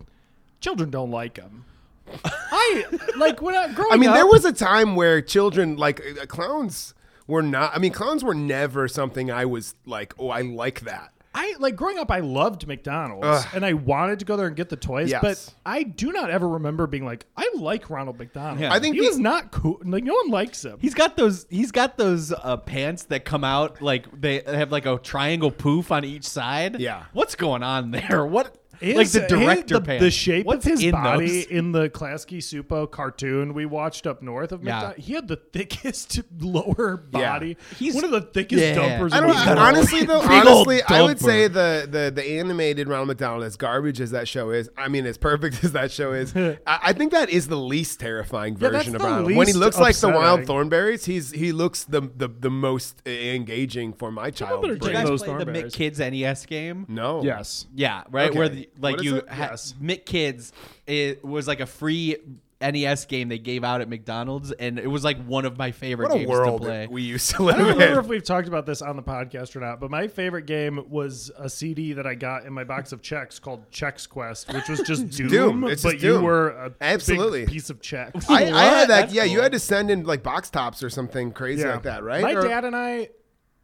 Speaker 1: Children don't like him. I like when I growing
Speaker 2: I mean,
Speaker 1: up,
Speaker 2: there was a time where children like uh, clowns were not. I mean, clowns were never something I was like, oh, I like that.
Speaker 1: I like growing up. I loved McDonald's
Speaker 2: Ugh.
Speaker 1: and I wanted to go there and get the toys,
Speaker 2: Yes.
Speaker 1: but I do not ever remember being like, I like Ronald McDonald.
Speaker 4: Yeah. I
Speaker 2: think
Speaker 1: he
Speaker 2: the-
Speaker 1: was not cool. Like no one likes him.
Speaker 4: He's got those. He's got those uh, pants that come out like they have like a triangle poof on each side.
Speaker 2: Yeah.
Speaker 4: what's going on there? What
Speaker 1: His-
Speaker 4: like the
Speaker 1: his-
Speaker 4: director
Speaker 1: the,
Speaker 4: pants?
Speaker 1: the shape
Speaker 4: What's
Speaker 1: of his
Speaker 4: in
Speaker 1: body
Speaker 4: those?
Speaker 1: in the Klasky Supo cartoon we watched up north of
Speaker 4: Yeah.
Speaker 1: McDonald's. He had the thickest lower
Speaker 2: Yeah.
Speaker 1: body.
Speaker 4: He's-
Speaker 1: He's one of the thickest
Speaker 4: Yeah.
Speaker 1: dumpers.
Speaker 2: I
Speaker 1: in
Speaker 2: don't
Speaker 1: the world.
Speaker 2: know. Honestly, though,
Speaker 4: Big old
Speaker 2: honestly, I would
Speaker 4: dumper.
Speaker 2: say the, the the animated Ronald McDonald, as garbage as that show is, I mean, as perfect as that show is, I, I think that is the least terrifying
Speaker 1: Yeah,
Speaker 2: version
Speaker 1: that's the
Speaker 2: of Ronald. When he
Speaker 1: least
Speaker 2: looks like the wild
Speaker 1: upsetting.
Speaker 2: thornberries, he's he looks the the, the most uh, engaging for my child.
Speaker 1: better
Speaker 4: Did you
Speaker 2: brain.
Speaker 1: check-
Speaker 4: guys
Speaker 1: those
Speaker 4: play the
Speaker 1: Thornberrys.
Speaker 4: Mick Kids NES game?
Speaker 2: No.
Speaker 1: Yes.
Speaker 4: Yeah, right. Where
Speaker 2: Mm. Okay.
Speaker 4: the, like
Speaker 2: What is
Speaker 4: you
Speaker 2: it?
Speaker 4: ha-
Speaker 2: Yes.
Speaker 4: Mick Kids it was like a free NES game they gave out at McDonald's, and it was like one of my favorite
Speaker 2: What a
Speaker 4: games
Speaker 2: world
Speaker 4: to play.
Speaker 2: we used to
Speaker 1: I don't
Speaker 2: live
Speaker 1: remember
Speaker 2: in.
Speaker 1: if we've talked about this on the podcast or not, but my favorite game was a CD that I got in my box of checks called Checks Quest, which was just Doom,
Speaker 2: Doom. It's
Speaker 1: but
Speaker 2: just
Speaker 1: you
Speaker 2: Doom.
Speaker 1: were a big
Speaker 2: Absolutely.
Speaker 1: piece of checks.
Speaker 2: I, I
Speaker 4: What?
Speaker 2: had that.
Speaker 4: That's
Speaker 2: yeah, you
Speaker 4: cool.
Speaker 2: had to send in like box tops or something crazy like that, right?
Speaker 1: My
Speaker 2: Or-
Speaker 1: dad and I,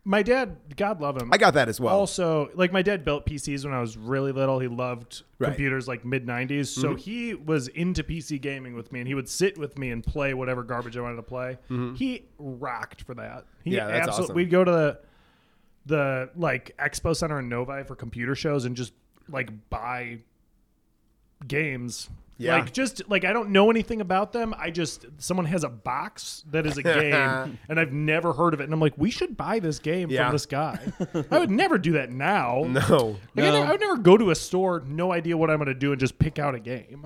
Speaker 1: my dad, God love him.
Speaker 2: I got that as well.
Speaker 1: also like my dad built PCs when I was really little. He loved
Speaker 2: Right. Mm-hmm.
Speaker 1: computers like mid 90s. So he was into PC gaming with me and he would sit with me and play whatever garbage I wanted to play. He rocked for that. He
Speaker 2: Mm-hmm. Yeah, that's
Speaker 1: absolute-
Speaker 2: awesome.
Speaker 1: We'd go to the the like expo center in Novi for computer shows and just like buy games.
Speaker 2: Yeah.
Speaker 1: Like just like I don't know anything about them. I just someone has a box that is a game and I've never heard of it and I'm like we should buy this game
Speaker 2: Yeah.
Speaker 1: from this guy. I would never do that now.
Speaker 2: no.
Speaker 1: Like, I,
Speaker 4: No.
Speaker 1: ne- I would never go to a store, no idea what I'm going to do, and just pick out a game.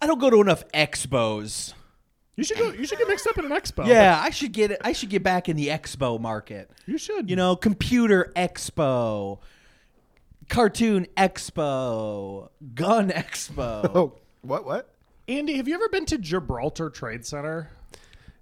Speaker 4: I don't go to enough expos.
Speaker 1: You should go. You should get mixed up in an expo.
Speaker 4: Yeah, I should get I should get back in the expo market.
Speaker 1: you should.
Speaker 4: You know, computer expo, cartoon expo, gun expo.
Speaker 2: Oh, what? What?
Speaker 1: Andy, have you ever been to Gibraltar Trade Center?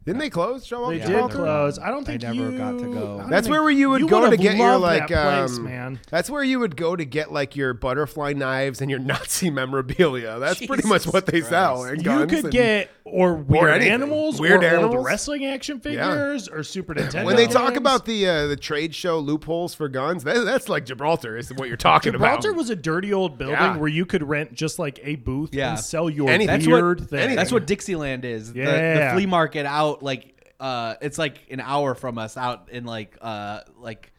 Speaker 2: Didn't they close? Show up
Speaker 1: They
Speaker 2: in
Speaker 1: did
Speaker 2: Gibraltar?
Speaker 1: close. I don't think
Speaker 4: never
Speaker 1: you-
Speaker 4: got to go.
Speaker 1: I don't
Speaker 2: That's
Speaker 1: think-
Speaker 2: where you would go
Speaker 1: would've
Speaker 2: to get your
Speaker 1: loved
Speaker 2: like
Speaker 1: that place,
Speaker 2: um,
Speaker 1: man.
Speaker 2: That's where you would go to get like your butterfly knives and your Nazi memorabilia. That's pretty much
Speaker 4: Jesus
Speaker 2: what they sell.
Speaker 4: Christ.
Speaker 2: And
Speaker 1: You
Speaker 2: guns
Speaker 1: could
Speaker 2: and-
Speaker 1: get or weird
Speaker 2: anything.
Speaker 1: animals,
Speaker 2: Weird
Speaker 1: or old
Speaker 2: animals.
Speaker 1: wrestling action figures, or Super Nintendo.
Speaker 2: when they talk
Speaker 1: games.
Speaker 2: about the uh, the trade show loopholes for guns. That, that's like Gibraltar is what you're talking
Speaker 1: Gibraltar
Speaker 2: about.
Speaker 1: was a dirty old building
Speaker 2: Yeah.
Speaker 1: where you could rent just like a booth
Speaker 4: Yeah.
Speaker 1: and sell your
Speaker 2: Anything.
Speaker 4: That's what-
Speaker 1: weird thing.
Speaker 2: anything.
Speaker 4: That's what Dixieland is. The- The,
Speaker 1: Yeah.
Speaker 4: flea market out like uh it's like an hour from us out in like uh like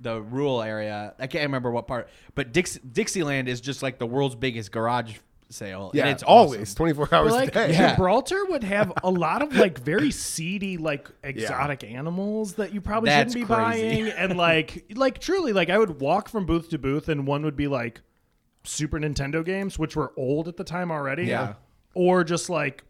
Speaker 4: the rural area. I can't remember what part, but Dix- Dixieland is just like the world's biggest garage sale.
Speaker 2: yeah,
Speaker 4: and it's
Speaker 2: always
Speaker 4: awesome.
Speaker 2: 24 hours
Speaker 1: But, like
Speaker 2: a day.
Speaker 4: Yeah.
Speaker 1: Gibraltar would have a lot of like very seedy, like exotic animals that you probably
Speaker 4: That's
Speaker 1: shouldn't be
Speaker 4: crazy.
Speaker 1: buying, and like like truly, like I would walk from booth to booth, and one would be like Super Nintendo games, which were old at the time already,
Speaker 4: Yeah.
Speaker 1: or just like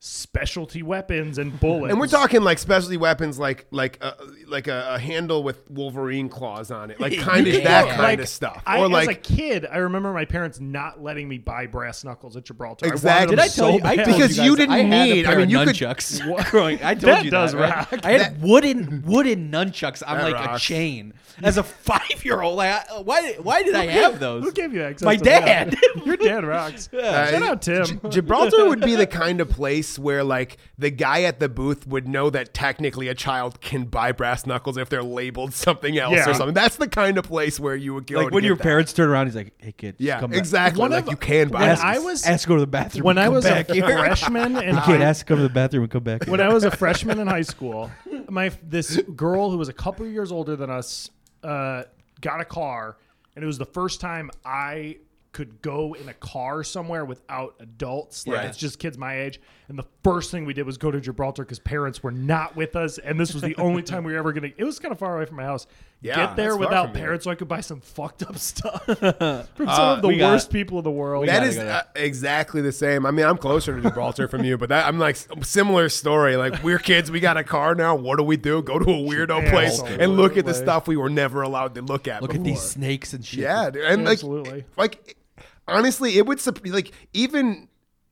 Speaker 1: specialty weapons and bullets.
Speaker 2: And we're talking like specialty weapons, like like a, like a, a handle with Wolverine claws on it, like kind of
Speaker 1: You
Speaker 2: that
Speaker 1: know,
Speaker 2: kind
Speaker 1: like,
Speaker 2: of stuff,
Speaker 1: I,
Speaker 2: or
Speaker 1: as a
Speaker 2: like
Speaker 1: kid, I remember my parents not letting me buy brass knuckles at Gibraltar.
Speaker 2: Exactly.
Speaker 4: Did I tell you? I told
Speaker 2: Because
Speaker 4: guys
Speaker 2: you didn't
Speaker 4: I had a
Speaker 2: need- I
Speaker 4: pair
Speaker 2: mean, you
Speaker 4: of
Speaker 2: could-
Speaker 4: nunchucks. growing, I told
Speaker 1: That
Speaker 4: you
Speaker 1: does
Speaker 4: that, right?
Speaker 1: rock.
Speaker 4: I had wooden wooden nunchucks on
Speaker 2: That
Speaker 4: like
Speaker 2: rocks.
Speaker 4: a chain as a five year old. Like, I- why why did I have those?
Speaker 1: Who gave you access?
Speaker 4: My
Speaker 1: to that?
Speaker 4: dad.
Speaker 1: Your dad rocks.
Speaker 2: Uh,
Speaker 1: Shout out Tim.
Speaker 2: Gi- Gibraltar would be the kind of place where like the guy at the booth would know that technically a child can buy brass knuckles if they're labeled something else
Speaker 1: Yeah.
Speaker 2: or something. That's the kind of place where you would go.
Speaker 4: like
Speaker 2: to
Speaker 4: when
Speaker 2: get
Speaker 4: your
Speaker 2: that.
Speaker 4: parents turn around, he's like, "Hey kid,
Speaker 2: yeah,
Speaker 4: come back.
Speaker 2: exactly.
Speaker 1: One
Speaker 2: like
Speaker 1: of-
Speaker 2: you can buy.
Speaker 1: when
Speaker 2: this.
Speaker 1: I was
Speaker 4: Ask to go to the bathroom.
Speaker 1: when
Speaker 4: and
Speaker 1: I
Speaker 4: come
Speaker 1: was
Speaker 4: back
Speaker 1: a
Speaker 4: here.
Speaker 1: freshman and
Speaker 4: kid, ask to come to the bathroom and come back.
Speaker 1: when I was a freshman in high school, my this girl who was a couple years older than us uh, got a car, and it was the first time I could go in a car somewhere without adults. Like
Speaker 2: Yeah.
Speaker 1: it's just kids my age. And the first thing we did was go to Gibraltar because parents were not with us, and this was the only time we were ever gonna. It was kind of far away from my house. Get
Speaker 2: Yeah, that's
Speaker 1: there
Speaker 2: far
Speaker 1: without
Speaker 2: from here.
Speaker 1: parents so I could buy some fucked up stuff from some of the
Speaker 4: we got-
Speaker 1: worst people in the world.
Speaker 2: Uh, That
Speaker 4: gotta
Speaker 2: is
Speaker 4: go
Speaker 2: uh,
Speaker 4: there.
Speaker 2: exactly the same. I mean, I'm closer to Gibraltar from you, but that, I'm like s- similar story. Like we're kids, we got a car now. What do we do? Go to a weirdo
Speaker 1: Yeah,
Speaker 2: place
Speaker 1: absolutely.
Speaker 2: and look at the stuff we were never allowed to look at.
Speaker 4: Look
Speaker 2: before.
Speaker 4: at these snakes and shit.
Speaker 2: Yeah, dude. and like,
Speaker 1: Absolutely.
Speaker 2: like honestly, it would sup- like even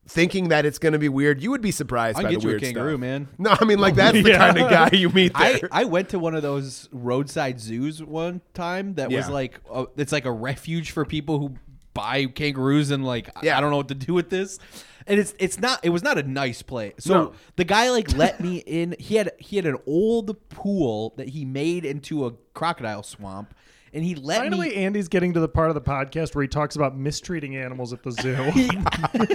Speaker 2: thinking that it's going to be weird. You would be surprised
Speaker 4: I'll
Speaker 2: by
Speaker 4: get
Speaker 2: the
Speaker 4: you a
Speaker 2: weird
Speaker 4: kangaroo,
Speaker 2: stuff.
Speaker 4: man.
Speaker 2: No, I mean like that's the
Speaker 1: Yeah.
Speaker 2: kind of guy you meet there.
Speaker 4: I, I went to one of those roadside zoos one time that was
Speaker 2: Yeah.
Speaker 4: like a, it's like a refuge for people who buy kangaroos and like I-
Speaker 2: Yeah.
Speaker 4: I don't know what to do with this. And it's it's not it was not a nice place. So
Speaker 2: No.
Speaker 4: the guy like let me in. He had he had an old pool that he made into a crocodile swamp and he let me
Speaker 1: Finally, Andy's getting to the part of the podcast where he talks about mistreating animals at the zoo.
Speaker 4: he, he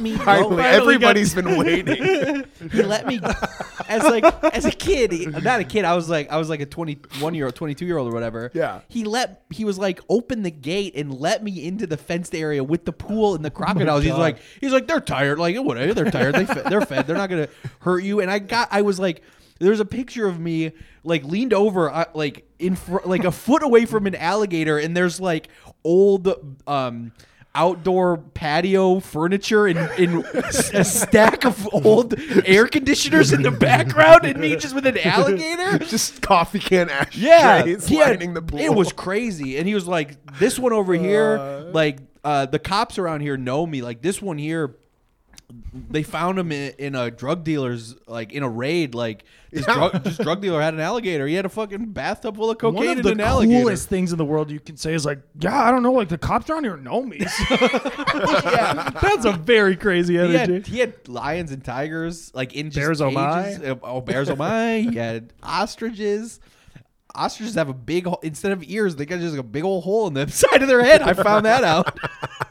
Speaker 4: me go.
Speaker 2: Finally, everybody's been waiting.
Speaker 4: he let me as like as a kid he- not a kid i was like i was like a 21 year old 22 year old or whatever
Speaker 2: Yeah.
Speaker 4: he let he was like open the gate and let me into the fenced area with the pool and the crocodiles he's
Speaker 1: God.
Speaker 4: like he's like they're tired like whatever they're tired they fe- they're fed they're not gonna hurt you and i got i was like there's a picture of me like leaned over uh, like in fr- like a foot away from an alligator and there's like old um outdoor patio furniture and in a stack of old air conditioners in the background and me just with an alligator
Speaker 2: Just coffee can ashes.
Speaker 4: yeah, he had-
Speaker 2: lining the pool.
Speaker 4: It was crazy, and he was like, "This one over here, like uh, the cops around here know me. Like this one here, they found him in, in a drug dealer's, like in a raid. Like this, drug, this drug dealer had an alligator. He had a fucking bathtub full of cocaine
Speaker 1: One of
Speaker 4: and
Speaker 1: the
Speaker 4: an
Speaker 1: coolest
Speaker 4: alligator.
Speaker 1: things in the world you can say is like, yeah, I don't know, like the cops around here know me.
Speaker 4: yeah,
Speaker 1: That's a very crazy
Speaker 4: he
Speaker 1: energy.
Speaker 4: had, he had lions and tigers, like in just
Speaker 1: Bears oh my.
Speaker 4: cages. Uh, Oh, bears oh my. He had ostriches. Ostriches have a big hole instead of ears. They got just a big old hole in the side of their head. I found that out.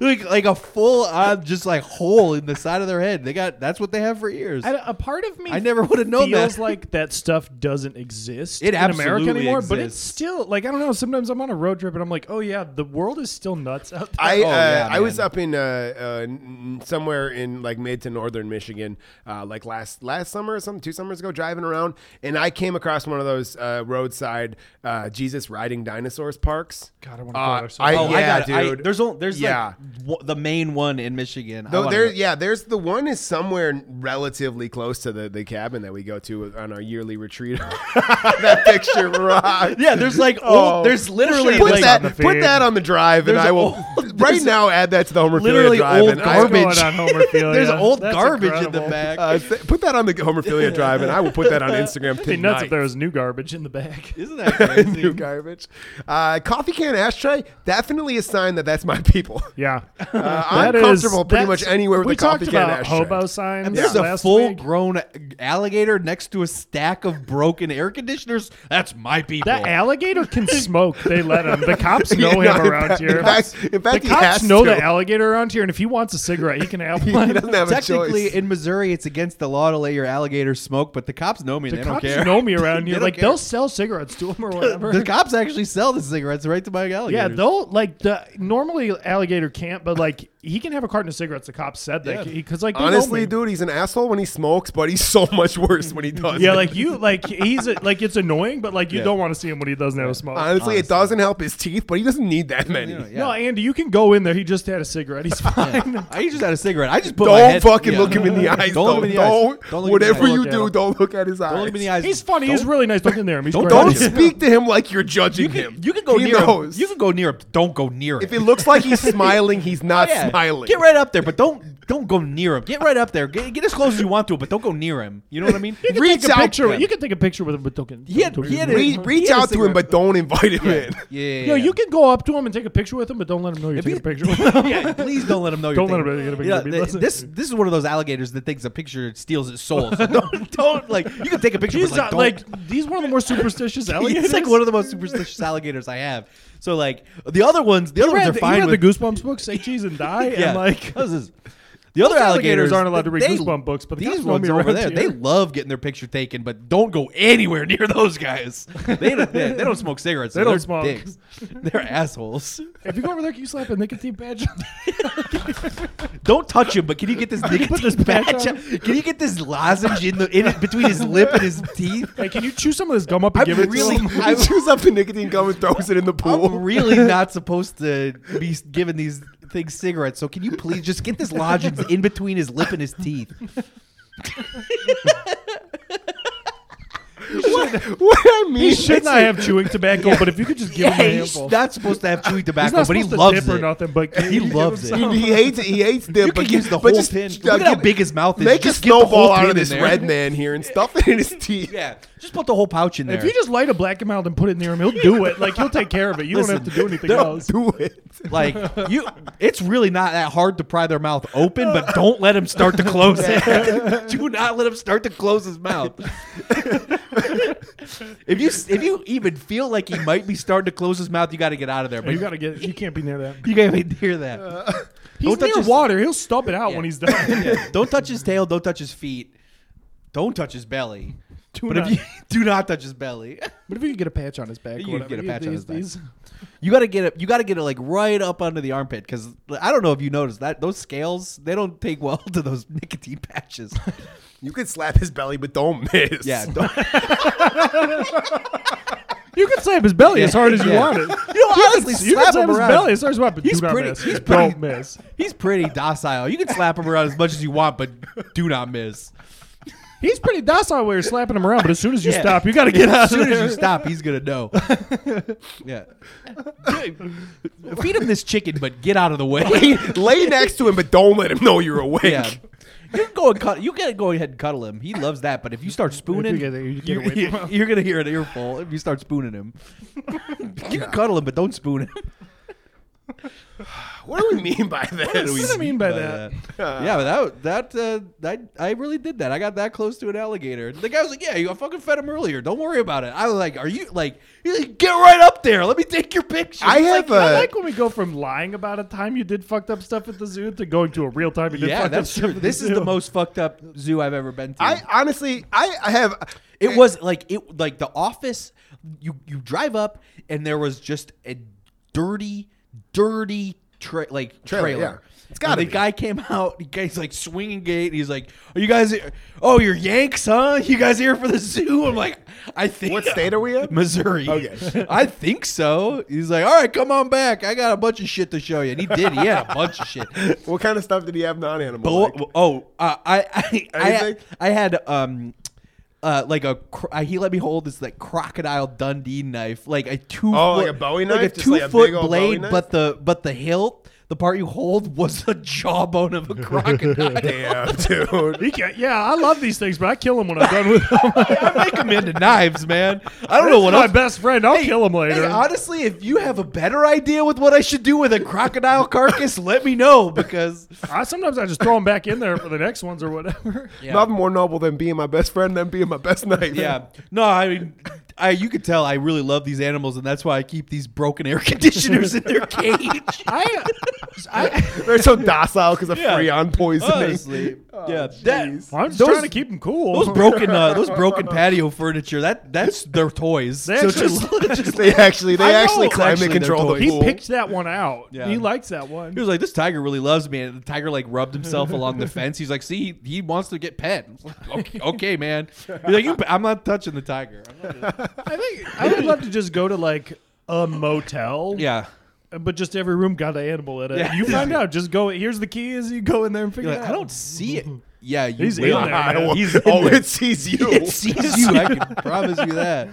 Speaker 4: like like a full on just like hole in the side of their head. They got that's what they have for ears.
Speaker 1: And a part of me
Speaker 4: I never would've known that.
Speaker 1: feels like that stuff doesn't exist in
Speaker 4: It
Speaker 1: America
Speaker 4: absolutely
Speaker 1: anymore, but it's
Speaker 4: exists.
Speaker 1: still like I don't know. Sometimes I'm on a road trip and I'm like, oh yeah, the world is still nuts out there.
Speaker 2: I
Speaker 4: Oh,
Speaker 2: uh,
Speaker 4: yeah,
Speaker 2: I was
Speaker 4: man.
Speaker 2: up in uh, uh, n- somewhere in like mid to northern Michigan, uh, like last last summer or something, two summers ago, driving around, and I came across one of those uh, roadside uh, Jesus riding dinosaurs parks.
Speaker 1: God, I wanna go
Speaker 2: uh,
Speaker 1: there so bad.
Speaker 4: oh, I
Speaker 2: yeah,
Speaker 4: got it. I-
Speaker 2: dude.
Speaker 4: there's only there's
Speaker 2: Yeah.
Speaker 4: like w- the main one in Michigan. I
Speaker 2: Though
Speaker 4: wanna
Speaker 2: there,
Speaker 4: go.
Speaker 2: yeah, there's the one is somewhere relatively close to the, the cabin that we go to on our yearly retreat. that picture rocks.
Speaker 4: yeah, there's like
Speaker 2: Oh.
Speaker 4: old, there's literally
Speaker 2: Put
Speaker 4: like
Speaker 2: that,
Speaker 1: on the
Speaker 2: put
Speaker 1: feed.
Speaker 2: that on the drive,
Speaker 4: There's
Speaker 2: and I will
Speaker 4: old-
Speaker 2: right
Speaker 4: there's
Speaker 2: now add that to the Homer
Speaker 4: literally
Speaker 2: drive.
Speaker 4: old
Speaker 2: and I-
Speaker 1: What's
Speaker 4: garbage.
Speaker 1: going on, Homophilia?
Speaker 4: there's old
Speaker 1: Oh, That's
Speaker 4: garbage in the
Speaker 1: incredible.
Speaker 4: back.
Speaker 2: Uh, th- put that on the homerphilia drive, and I will put that on Instagram
Speaker 1: It'd be nuts
Speaker 2: tonight.
Speaker 1: if there was new garbage in the back.
Speaker 4: Isn't that crazy?
Speaker 2: New garbage. Uh, coffee can ashtray, definitely a sign that that's my people.
Speaker 1: Yeah,
Speaker 2: Uh, I'm comfortable pretty much anywhere with
Speaker 1: we
Speaker 2: a coffee
Speaker 1: talked
Speaker 2: can
Speaker 1: about
Speaker 2: ashtray.
Speaker 1: hobo signs.
Speaker 4: And There's a
Speaker 1: last
Speaker 4: full
Speaker 1: week.
Speaker 4: grown alligator next to a stack of broken air conditioners. That's my people.
Speaker 1: That alligator can smoke. They let him. The cops know
Speaker 2: Yeah,
Speaker 1: him
Speaker 2: no, in
Speaker 1: around
Speaker 2: fact-
Speaker 1: here.
Speaker 2: In fact, in fact
Speaker 1: the
Speaker 2: he has
Speaker 1: cops know
Speaker 2: to.
Speaker 1: the alligator around here, and if he wants a cigarette, he can have
Speaker 2: he
Speaker 1: one.
Speaker 2: doesn't have a
Speaker 4: Technically,
Speaker 2: choice.
Speaker 4: in Missouri, it's against the law to let your alligators smoke, but the cops know me. and
Speaker 1: The
Speaker 4: they
Speaker 1: cops
Speaker 4: don't care.
Speaker 1: know me around
Speaker 4: They
Speaker 1: here.
Speaker 4: don't
Speaker 1: like
Speaker 4: care.
Speaker 1: they'll sell cigarettes to him or whatever.
Speaker 4: the cops actually sell the cigarettes right to my alligators.
Speaker 1: yeah, they'll like the normally alligator can't, but like he can have a carton of cigarettes. The cops said that
Speaker 4: Yeah.
Speaker 1: because like they know
Speaker 2: Honestly,
Speaker 1: me.
Speaker 2: dude, he's an asshole when he smokes, but he's so much worse when he doesn't.
Speaker 1: Yeah, like you, like he's a, like it's annoying, but like you
Speaker 4: Yeah.
Speaker 1: don't want to see him when he doesn't have a smoke.
Speaker 2: honestly, it doesn't help his teeth, but he doesn't need that many.
Speaker 4: You know, yeah.
Speaker 1: No, Andy, you can go in there. He just had a cigarette. He's fine.
Speaker 4: I just had a cigarette. I just put my
Speaker 2: Don't
Speaker 4: head-
Speaker 2: fucking
Speaker 4: yeah.
Speaker 2: look him in the eyes.
Speaker 4: Don't
Speaker 2: Don't,
Speaker 4: look him in the eyes.
Speaker 2: don't,
Speaker 4: Don't look him in the
Speaker 2: whatever
Speaker 4: eyes.
Speaker 2: you
Speaker 1: Don't
Speaker 2: do,
Speaker 1: look
Speaker 2: don't look at his eyes.
Speaker 4: Don't look him in the eyes.
Speaker 1: He's funny. He's
Speaker 4: Don't-
Speaker 1: really nice. Look in there. him. He's
Speaker 4: Don't-
Speaker 1: great.
Speaker 2: Don't
Speaker 4: Yeah.
Speaker 2: speak to him like you're judging
Speaker 4: You
Speaker 2: him.
Speaker 4: can, you can go
Speaker 2: he
Speaker 4: near. Him.
Speaker 2: knows.
Speaker 4: You can go near. Him. Don't go near him.
Speaker 2: If it looks like he's smiling, he's not
Speaker 4: Yeah.
Speaker 2: smiling.
Speaker 4: Get right up there, but don't don't go near him. Get right up there. Get, get as close as you want to, but don't go near him. You know what I mean?
Speaker 1: You can
Speaker 2: Reach
Speaker 1: take a
Speaker 2: out
Speaker 1: picture.
Speaker 2: to him.
Speaker 1: You can take a picture with him, but don't.
Speaker 4: He had-
Speaker 1: don't-
Speaker 4: he had a-
Speaker 2: Re-
Speaker 4: He
Speaker 2: reach
Speaker 4: had a
Speaker 2: out to him,
Speaker 4: cigarette.
Speaker 2: but don't invite him in.
Speaker 4: Yeah, yeah,
Speaker 1: No,
Speaker 4: yeah.
Speaker 1: you can go up to him and take a picture with him, but don't let him know you're
Speaker 4: If
Speaker 1: taking
Speaker 4: he-
Speaker 1: a picture with him.
Speaker 4: yeah, please don't let him know. You're
Speaker 1: Don't let
Speaker 4: thinking-
Speaker 1: him know you're
Speaker 4: Yeah,
Speaker 1: gonna be-
Speaker 4: th-
Speaker 1: listen.
Speaker 4: this this is one of those alligators that thinks a picture steals its soul. So don't, don't like you can take a picture.
Speaker 1: He's
Speaker 4: but, like,
Speaker 1: not,
Speaker 4: don't-
Speaker 1: like, he's one of the more superstitious alligators.
Speaker 4: He's like one of the most superstitious alligators I have. So like the other ones, the other
Speaker 1: Read
Speaker 4: ones are
Speaker 1: the-
Speaker 4: fine
Speaker 1: you read
Speaker 4: with
Speaker 1: the Goosebumps books, say cheese and die,
Speaker 4: yeah.
Speaker 1: and like
Speaker 4: Those is- the other
Speaker 1: Most
Speaker 4: alligators,
Speaker 1: alligators aren't allowed to read
Speaker 4: they-
Speaker 1: Goosebump books, but the
Speaker 4: these
Speaker 1: cops know
Speaker 4: ones
Speaker 1: me
Speaker 4: over
Speaker 1: around
Speaker 4: there,
Speaker 1: here.
Speaker 4: they love getting their picture taken, but don't go anywhere near those guys. They don't, they, they don't smoke cigarettes. so
Speaker 1: They don't
Speaker 4: they're
Speaker 1: smoke.
Speaker 4: dicks. They're assholes.
Speaker 1: if you go over there, can you slap a nicotine badge? on there?
Speaker 4: Don't touch him, but can you get this nicotine
Speaker 1: put this back
Speaker 4: patch?
Speaker 1: on?
Speaker 4: out? Can you get this lozenge in the in it, between his lip and his teeth?
Speaker 1: hey, can you chew some of this gum up and
Speaker 4: I'm
Speaker 1: give it
Speaker 4: really-
Speaker 1: to him?
Speaker 2: he chews up the nicotine gum and throws it in the
Speaker 4: I'm
Speaker 2: pool.
Speaker 4: really not supposed to be giving these things cigarettes, so can you please just get this lozenge in between his lip and his teeth?
Speaker 2: What, what I mean?
Speaker 1: He should not have chewing tobacco, but if you could just give him a
Speaker 4: he's
Speaker 1: handful.
Speaker 4: not supposed to have chewing
Speaker 1: He's
Speaker 4: tobacco,
Speaker 1: not
Speaker 4: but he
Speaker 1: supposed to
Speaker 4: loves
Speaker 1: dip or
Speaker 4: it.
Speaker 1: nothing, but give-
Speaker 4: He
Speaker 1: give
Speaker 4: loves
Speaker 1: him
Speaker 4: it.
Speaker 1: some.
Speaker 2: He, he hates it. He hates dip.
Speaker 4: You
Speaker 2: but
Speaker 4: could use the
Speaker 2: but
Speaker 4: whole
Speaker 2: just,
Speaker 4: pin.
Speaker 2: uh,
Speaker 4: Look at how
Speaker 2: give-
Speaker 4: big his mouth is.
Speaker 2: Make
Speaker 4: Just
Speaker 2: a
Speaker 4: get the whole
Speaker 2: snowball out
Speaker 4: pin
Speaker 2: of
Speaker 4: in
Speaker 2: this
Speaker 4: there.
Speaker 2: red man here and stuff it in his teeth.
Speaker 4: Yeah, just put the whole pouch in there.
Speaker 1: If you just light a black amount and put it near him, he'll do it. Like he'll take care of it. You don't have to do anything else.
Speaker 2: Do it.
Speaker 4: like you, it's really not that hard to pry their mouth open, but don't let him start to close it. do not let him start to close his mouth. if you if you even feel like he might be starting to close his mouth, you got to get out of there. But
Speaker 1: You gotta get. You can't be near that.
Speaker 4: you got to hear that.
Speaker 1: He's
Speaker 4: touch
Speaker 1: near
Speaker 4: his-
Speaker 1: water. He'll stub it out
Speaker 4: Yeah.
Speaker 1: when he's done.
Speaker 4: Yeah, Don't touch his tail. Don't touch his feet. Don't touch his belly.
Speaker 1: Do
Speaker 4: but
Speaker 1: not-
Speaker 4: if you do not touch his belly,
Speaker 1: But if you could get a patch on his back, or
Speaker 4: You could
Speaker 1: whatever,
Speaker 4: get a
Speaker 1: you-
Speaker 4: patch on
Speaker 1: these-
Speaker 4: his back.
Speaker 1: these-
Speaker 4: you gotta get it. You gotta get it like right up under the armpit because I don't know if you noticed that those scales they don't take well to those nicotine patches.
Speaker 2: You could slap his belly, but don't miss.
Speaker 4: Yeah, don't, you
Speaker 1: You can slap his belly as hard as you
Speaker 4: Yeah.
Speaker 1: want it.
Speaker 4: know,
Speaker 1: You
Speaker 4: honestly,
Speaker 1: can, you can
Speaker 4: slap
Speaker 1: slap
Speaker 4: him
Speaker 1: his
Speaker 4: around.
Speaker 1: belly as hard as you want, but
Speaker 4: He's
Speaker 1: do not
Speaker 4: pretty-
Speaker 1: miss.
Speaker 4: he's pretty-
Speaker 1: Don't miss.
Speaker 4: He's pretty docile. You can slap him around as much as you want, but do not miss.
Speaker 1: He's pretty docile where you're slapping him around, but as soon as you
Speaker 4: Yeah.
Speaker 1: stop, you gotta get out
Speaker 4: As
Speaker 1: of
Speaker 4: soon as
Speaker 1: there.
Speaker 4: you stop, he's gonna know. Yeah, feed him this chicken, but get out of the way.
Speaker 2: Lay next to him, but don't let him know you're awake.
Speaker 4: Yeah. You can go and cut. You can go ahead and cuddle him. He loves that. But if you start spooning,
Speaker 1: get it, you get away
Speaker 4: you,
Speaker 1: from him.
Speaker 4: are gonna hear an earful if you start spooning him. you can cuddle him, but don't spoon him.
Speaker 2: What do we mean by
Speaker 1: What do
Speaker 2: this?
Speaker 1: I mean by that?
Speaker 4: uh, yeah, but that that uh, I I really did that. I got that close to an alligator. The guy was like, "Yeah, you I fucking fed him earlier. Don't worry about it." I was like, "Are you like? He's like, get right up there. Let me take your picture."
Speaker 2: I
Speaker 4: He's
Speaker 2: have
Speaker 4: like,
Speaker 1: I
Speaker 2: a.
Speaker 1: like when we go from lying about a time you did fucked up stuff at the zoo to going to a real time you did
Speaker 4: yeah,
Speaker 1: fucked up
Speaker 4: that's
Speaker 1: stuff.
Speaker 4: true.
Speaker 1: at the
Speaker 4: This is
Speaker 1: zoo.
Speaker 4: the most fucked up zoo I've ever been to.
Speaker 2: uh, I honestly, I, I have.
Speaker 4: It was like it like the office. You you drive up and there was just a dirty, dirty tra- like
Speaker 2: Trailer,
Speaker 4: trailer.
Speaker 2: yeah. It's gotta
Speaker 4: And the
Speaker 2: be.
Speaker 4: guy came out. The guy's like swinging gate. He's like, "Are you guys? Oh, you're Yanks, huh? You guys here for the zoo?" I'm like, "I think."
Speaker 2: What state are we in?
Speaker 4: Missouri.
Speaker 2: Okay.
Speaker 4: I think so. He's like, "All right, come on back. I got a bunch of shit to show you." And he did. He had a bunch of shit.
Speaker 2: What kind of stuff did he have non-animal?
Speaker 4: But
Speaker 2: like?
Speaker 4: what- oh, uh, I I, I
Speaker 2: Anything?
Speaker 4: I had um. Uh, like a cro- uh, he let me hold this like crocodile Dundee knife, like a two
Speaker 2: Oh,
Speaker 4: foot,
Speaker 2: like a Bowie
Speaker 4: like
Speaker 2: knife?
Speaker 4: a
Speaker 2: Just like a
Speaker 4: two
Speaker 2: big
Speaker 4: foot
Speaker 2: old Bowie
Speaker 4: blade,
Speaker 2: knife?
Speaker 4: but the but the hilt, the part you hold was the jawbone of a crocodile.
Speaker 2: Damn, dude.
Speaker 1: He can't, yeah, I love these things, but I kill him when I'm done with them.
Speaker 4: I make them into knives, man. I don't know what
Speaker 1: my
Speaker 4: else.
Speaker 1: best friend. I'll kill him
Speaker 4: Hey,
Speaker 1: later.
Speaker 4: honestly, if you have a better idea with what I should do with a crocodile carcass, let me know because
Speaker 1: I, sometimes I just throw him back in there for the next ones or whatever.
Speaker 4: Yeah.
Speaker 2: Nothing more noble than being my best friend than being my best knife.
Speaker 4: Yeah. No, I mean, I you could tell I really love these animals, and that's why I keep these broken air conditioners in their cage.
Speaker 1: I, I,
Speaker 2: They're so docile because of
Speaker 4: Yeah.
Speaker 2: freon poisoning.
Speaker 4: Honestly, yeah. That,
Speaker 1: I'm just
Speaker 4: those-
Speaker 1: trying to keep him cool.
Speaker 4: those broken uh, those broken patio furniture. That that's their toys.
Speaker 1: They actually-
Speaker 4: just-
Speaker 2: They actually, they
Speaker 4: I know
Speaker 2: actually
Speaker 4: it's
Speaker 2: climate
Speaker 4: actually their
Speaker 2: control the
Speaker 4: toys.
Speaker 1: he
Speaker 2: pool.
Speaker 1: picked that one out.
Speaker 4: Yeah.
Speaker 1: He likes that
Speaker 4: he
Speaker 1: one.
Speaker 4: was like, "This tiger really loves me," and the tiger like rubbed himself along the fence. He's like, "See, he, he wants to get pet." Okay, okay, man. He's like, you, "I'm not touching the tiger." I'm not-
Speaker 1: I think I would love to just go to like a motel.
Speaker 4: yeah.
Speaker 1: But just every room got an animal in it.
Speaker 4: Yeah.
Speaker 1: You find out. Just go. Here's the keys. You go in there and figure
Speaker 4: You're
Speaker 1: it
Speaker 4: like,
Speaker 1: out.
Speaker 4: I don't see it. Yeah, you
Speaker 1: He's
Speaker 4: will.
Speaker 1: in there.
Speaker 2: I don't-
Speaker 4: He's in
Speaker 2: oh,
Speaker 4: there.
Speaker 2: it sees you.
Speaker 4: It sees you. I can promise you that.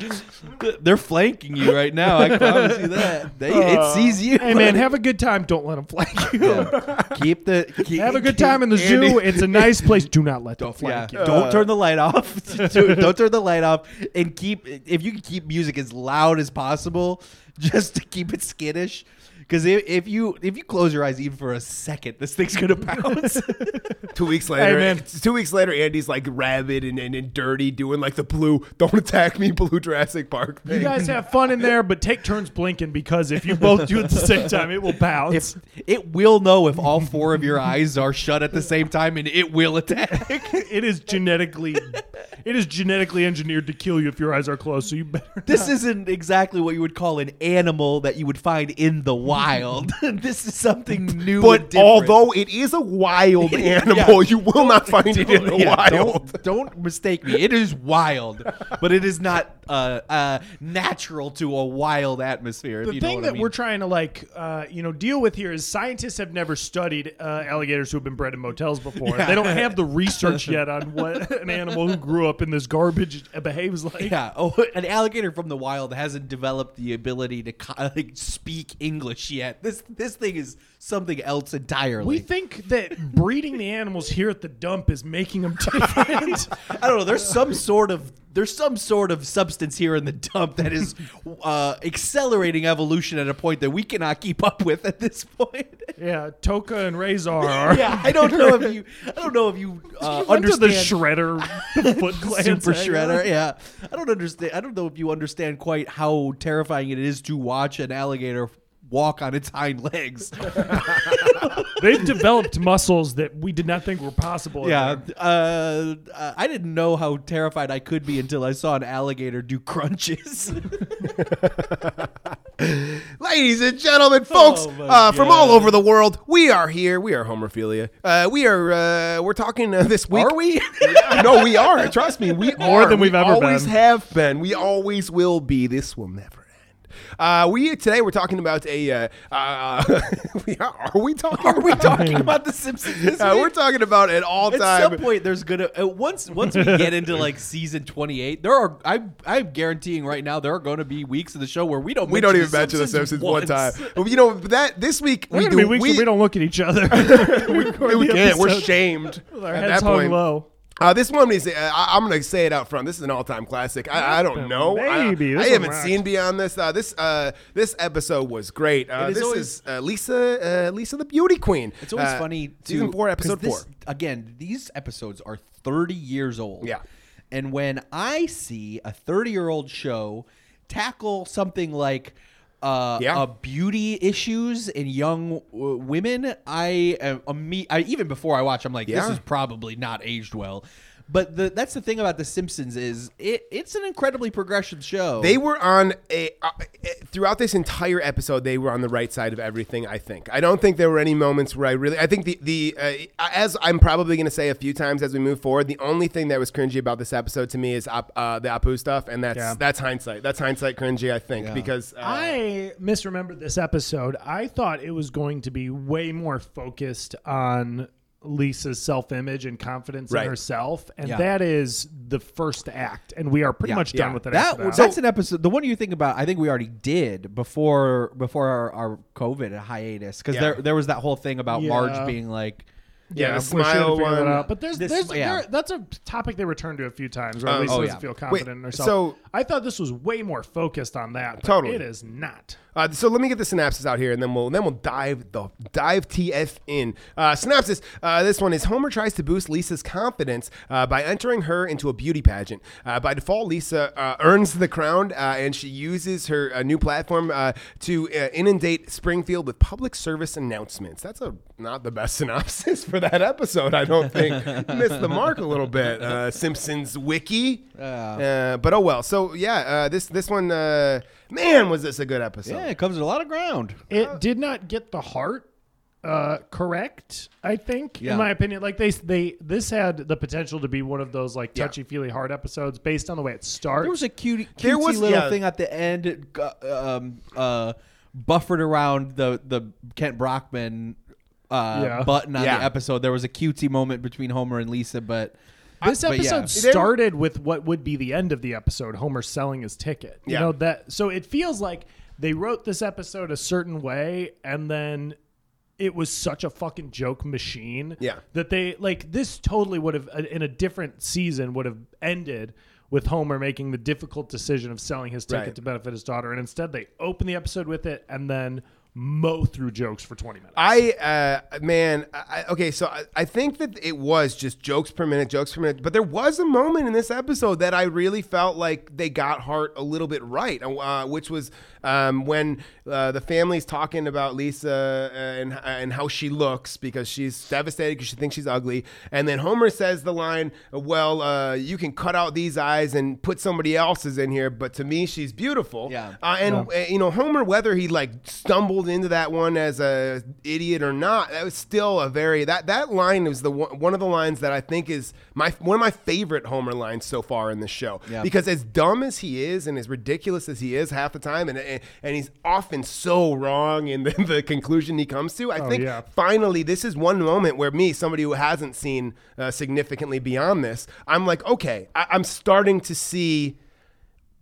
Speaker 4: They're flanking you right now. I promise you that. They, it sees you.
Speaker 1: Hey man, have a good time. Don't let him flank you.
Speaker 4: Yeah. keep the keep,
Speaker 1: Have a good time in the
Speaker 2: Andy-
Speaker 1: zoo. It's a nice place. Do not let them
Speaker 4: Don't, yeah,
Speaker 1: flank you.
Speaker 4: don't turn the light off. Don't don't turn the light off, and keep if you can keep music as loud as possible, just to keep it skittish. Because if, if you if you close your eyes even for a second, this thing's gonna bounce.
Speaker 2: Two weeks later,
Speaker 1: man.
Speaker 2: two weeks later, Andy's like rabid and, and, and dirty, doing like the blue "Don't attack me" blue Jurassic Park.
Speaker 1: You
Speaker 2: thing.
Speaker 1: guys have fun in there, but take turns blinking because if you both do it at the same time, it will bounce.
Speaker 4: if it will know if all four of your eyes are shut at the same time, and it will attack.
Speaker 1: it is genetically, it is genetically engineered to kill you if your eyes are closed. So you better.
Speaker 4: This isn't exactly what you would call an animal that you would find in the wild. this is something new. and
Speaker 2: But
Speaker 4: different.
Speaker 2: although it is a wild animal, you will not find it in the
Speaker 4: Yeah,
Speaker 2: wild.
Speaker 4: Don't, don't mistake me. It is wild, but it is not uh, uh, natural to a wild atmosphere. if
Speaker 1: the
Speaker 4: you know
Speaker 1: thing
Speaker 4: what
Speaker 1: that
Speaker 4: I mean.
Speaker 1: we're trying to like uh, you know deal with here is scientists have never studied uh, alligators who have been bred in motels before they don't have the research yet on what an animal who grew up in this garbage uh, behaves like
Speaker 4: Yeah. Oh, an alligator from the wild hasn't developed the ability to co- like speak English yet. This this thing is something else entirely.
Speaker 1: we think that breeding the animals here at the dump is making them different
Speaker 4: I don't know. There's some sort of there's some sort of substance here in the dump that is uh, accelerating evolution at a point that we cannot keep up with at this point.
Speaker 1: yeah toka and razor are
Speaker 4: yeah, I don't know if you I don't know if you uh,
Speaker 1: Went to
Speaker 4: understand
Speaker 1: the shredder the foot eh? glands
Speaker 4: Super
Speaker 1: hang
Speaker 4: Shredder.
Speaker 1: on.
Speaker 4: Yeah, I don't understand. I don't know if you understand quite how terrifying it is to watch an alligator walk on its hind legs.
Speaker 1: they've developed muscles that we did not think were possible in
Speaker 4: yeah,
Speaker 1: them.
Speaker 4: uh, uh, I didn't know how terrified I could be until I saw an alligator do crunches.
Speaker 2: Ladies and gentlemen, folks,
Speaker 4: Oh my
Speaker 2: uh, from all
Speaker 4: God.
Speaker 2: over the world, we are here. We are Homerphilia. Uh, we are. Uh, we're talking uh, this week.
Speaker 4: Are we?
Speaker 2: Yeah, no, we are. Trust me, we
Speaker 1: More
Speaker 2: are.
Speaker 1: than we've
Speaker 2: we
Speaker 1: ever
Speaker 2: always
Speaker 1: been.
Speaker 2: have been. We always will be. This will never end. Uh, we today we're talking about a. Uh, uh, we are, are we talking?
Speaker 4: Are we
Speaker 2: about-
Speaker 4: talking about the Simpsons? This
Speaker 2: Uh,
Speaker 4: week?
Speaker 2: we're talking about an all-time.
Speaker 4: At some point, there's gonna uh, once once we get into like season 28, there are I'm I'm guaranteeing right now there are going to be weeks of the show where we don't
Speaker 2: we don't
Speaker 4: mention
Speaker 2: even mention the Simpsons one time.
Speaker 4: once.
Speaker 2: Well, You know that this week
Speaker 1: There are
Speaker 2: we
Speaker 1: gonna
Speaker 2: do
Speaker 1: be weeks that we don't look at each other. we,
Speaker 2: we,
Speaker 1: record the
Speaker 2: can't. We're
Speaker 1: episode
Speaker 2: shamed.
Speaker 1: with our
Speaker 2: at
Speaker 1: heads
Speaker 2: that
Speaker 1: hung
Speaker 2: point.
Speaker 1: low.
Speaker 2: Uh, this one is. Uh, I, am going to say it out front. This is an all-time classic. I, I don't know. I-
Speaker 1: Maybe.
Speaker 2: I,
Speaker 1: This one
Speaker 2: haven't
Speaker 1: rocks.
Speaker 2: seen beyond this. Uh, this uh, this episode was great. Uh,
Speaker 4: It is
Speaker 2: this
Speaker 4: always-
Speaker 2: is uh, Lisa uh, Lisa the Beauty Queen.
Speaker 4: It's always
Speaker 2: Uh,
Speaker 4: funny to
Speaker 2: season four,
Speaker 4: 'cause
Speaker 2: episode
Speaker 4: this-
Speaker 2: four.
Speaker 4: Again, these episodes are 30 years old.
Speaker 2: Yeah.
Speaker 4: And when I see a 30-year-old show tackle something like uh,
Speaker 2: Yeah.
Speaker 4: uh, beauty issues in young w- women, I am imme- I, even before I watch, I'm like,
Speaker 2: Yeah.
Speaker 4: this is probably not aged well. But the, that's the thing about The Simpsons is it, it's an incredibly progressive show.
Speaker 2: They were on a uh, uh, throughout this entire episode. They were on the right side of everything. I think. I don't think there were any moments where I really. I think the the uh, as I'm probably going to say a few times as we move forward. The only thing that was cringy about this episode to me is op, uh, the Apu stuff, and that's
Speaker 1: Yeah.
Speaker 2: that's hindsight. That's hindsight cringy. I think because uh,
Speaker 1: I misremembered this episode. I thought it was going to be way more focused on Lisa's self-image and confidence
Speaker 2: Right.
Speaker 1: in herself, and
Speaker 4: Yeah.
Speaker 1: that is the first act, and we are pretty
Speaker 4: Yeah.
Speaker 1: much
Speaker 2: Yeah.
Speaker 1: done with it.
Speaker 4: that,
Speaker 1: after that.
Speaker 4: that's an episode. The one you think about, I think we already did before before our, our COVID hiatus because
Speaker 2: Yeah.
Speaker 4: there there was that whole thing about
Speaker 1: Yeah.
Speaker 4: Marge being like,
Speaker 2: yeah, the
Speaker 1: of course she had to
Speaker 2: smile
Speaker 1: figure that
Speaker 2: one.
Speaker 1: out. But there's,
Speaker 4: This-
Speaker 1: there's,
Speaker 4: yeah.
Speaker 1: there, that's a topic they return to a few times, where at least
Speaker 2: oh,
Speaker 1: doesn't
Speaker 4: yeah.
Speaker 1: feel confident in herself.
Speaker 2: so-
Speaker 1: I thought this was way more focused on that. But
Speaker 2: Totally.
Speaker 1: it is not.
Speaker 2: Uh, so let me get the synopsis out here, and then we'll then we'll dive the dive TF in. Uh, synopsis: uh, This one is Homer tries to boost Lisa's confidence uh, by entering her into a beauty pageant. Uh, by default, Lisa uh, earns the crown, uh, and she uses her uh, new platform uh, to uh, inundate Springfield with public service announcements. That's a not the best synopsis for that episode, I don't think. Missed the mark a little bit. Uh, Simpsons Wiki, uh, but oh well. So yeah, uh, this this one, uh, man, was this a good episode?
Speaker 4: yeah, it covers a lot of ground.
Speaker 1: It did not get the heart uh, correct. I think,
Speaker 4: Yeah.
Speaker 1: in my opinion, like they they this had the potential to be one of those like
Speaker 2: Yeah.
Speaker 1: touchy feely heart episodes based on the way it starts.
Speaker 4: There was a cute, cutesy
Speaker 2: There was-
Speaker 4: little
Speaker 2: yeah.
Speaker 4: thing at the end, it got, um, uh, buffered around the the Kent Brockman uh,
Speaker 1: Yeah.
Speaker 4: button on
Speaker 2: Yeah.
Speaker 4: the episode. There was a cutesy moment between Homer and Lisa, but
Speaker 1: this
Speaker 4: but
Speaker 1: episode
Speaker 4: yeah.
Speaker 1: started with what would be the end of the episode, Homer selling his ticket. You
Speaker 2: Yeah.
Speaker 1: know that so it feels like they wrote this episode a certain way and then it was such a fucking joke machine
Speaker 2: Yeah.
Speaker 1: that they like this totally would have uh, in a different season would have ended with Homer making the difficult decision of selling his ticket
Speaker 2: Right.
Speaker 1: to benefit his daughter and instead they open the episode with it and then mow through jokes for 20 minutes.
Speaker 2: I uh, man, I, I- okay, so I, I think that it was just jokes per minute, jokes per minute. But there was a moment in this episode that I really felt like they got Hart a little bit right, uh, which was um, when uh, the family's talking about Lisa uh, and and how she looks because she's devastated because she thinks she's ugly, and then Homer says the line, "Well, uh, you can cut out these eyes and put somebody else's in here, but to me she's beautiful."
Speaker 4: Yeah.
Speaker 2: Uh, and uh, you know Homer, whether he like stumbled rolled into that one as a idiot or not, that was still a very that that line was the one, one of the lines that I think is my one of my favorite Homer lines so far in the show.
Speaker 4: Yeah.
Speaker 2: Because as dumb as he is and as ridiculous as he is half the time, and and, and he's often so wrong in the, the conclusion he comes to, I
Speaker 4: Oh,
Speaker 2: think
Speaker 1: yeah.
Speaker 2: finally this is one moment where me, somebody who hasn't seen uh, significantly beyond this, I'm like, okay, I, I'm starting to see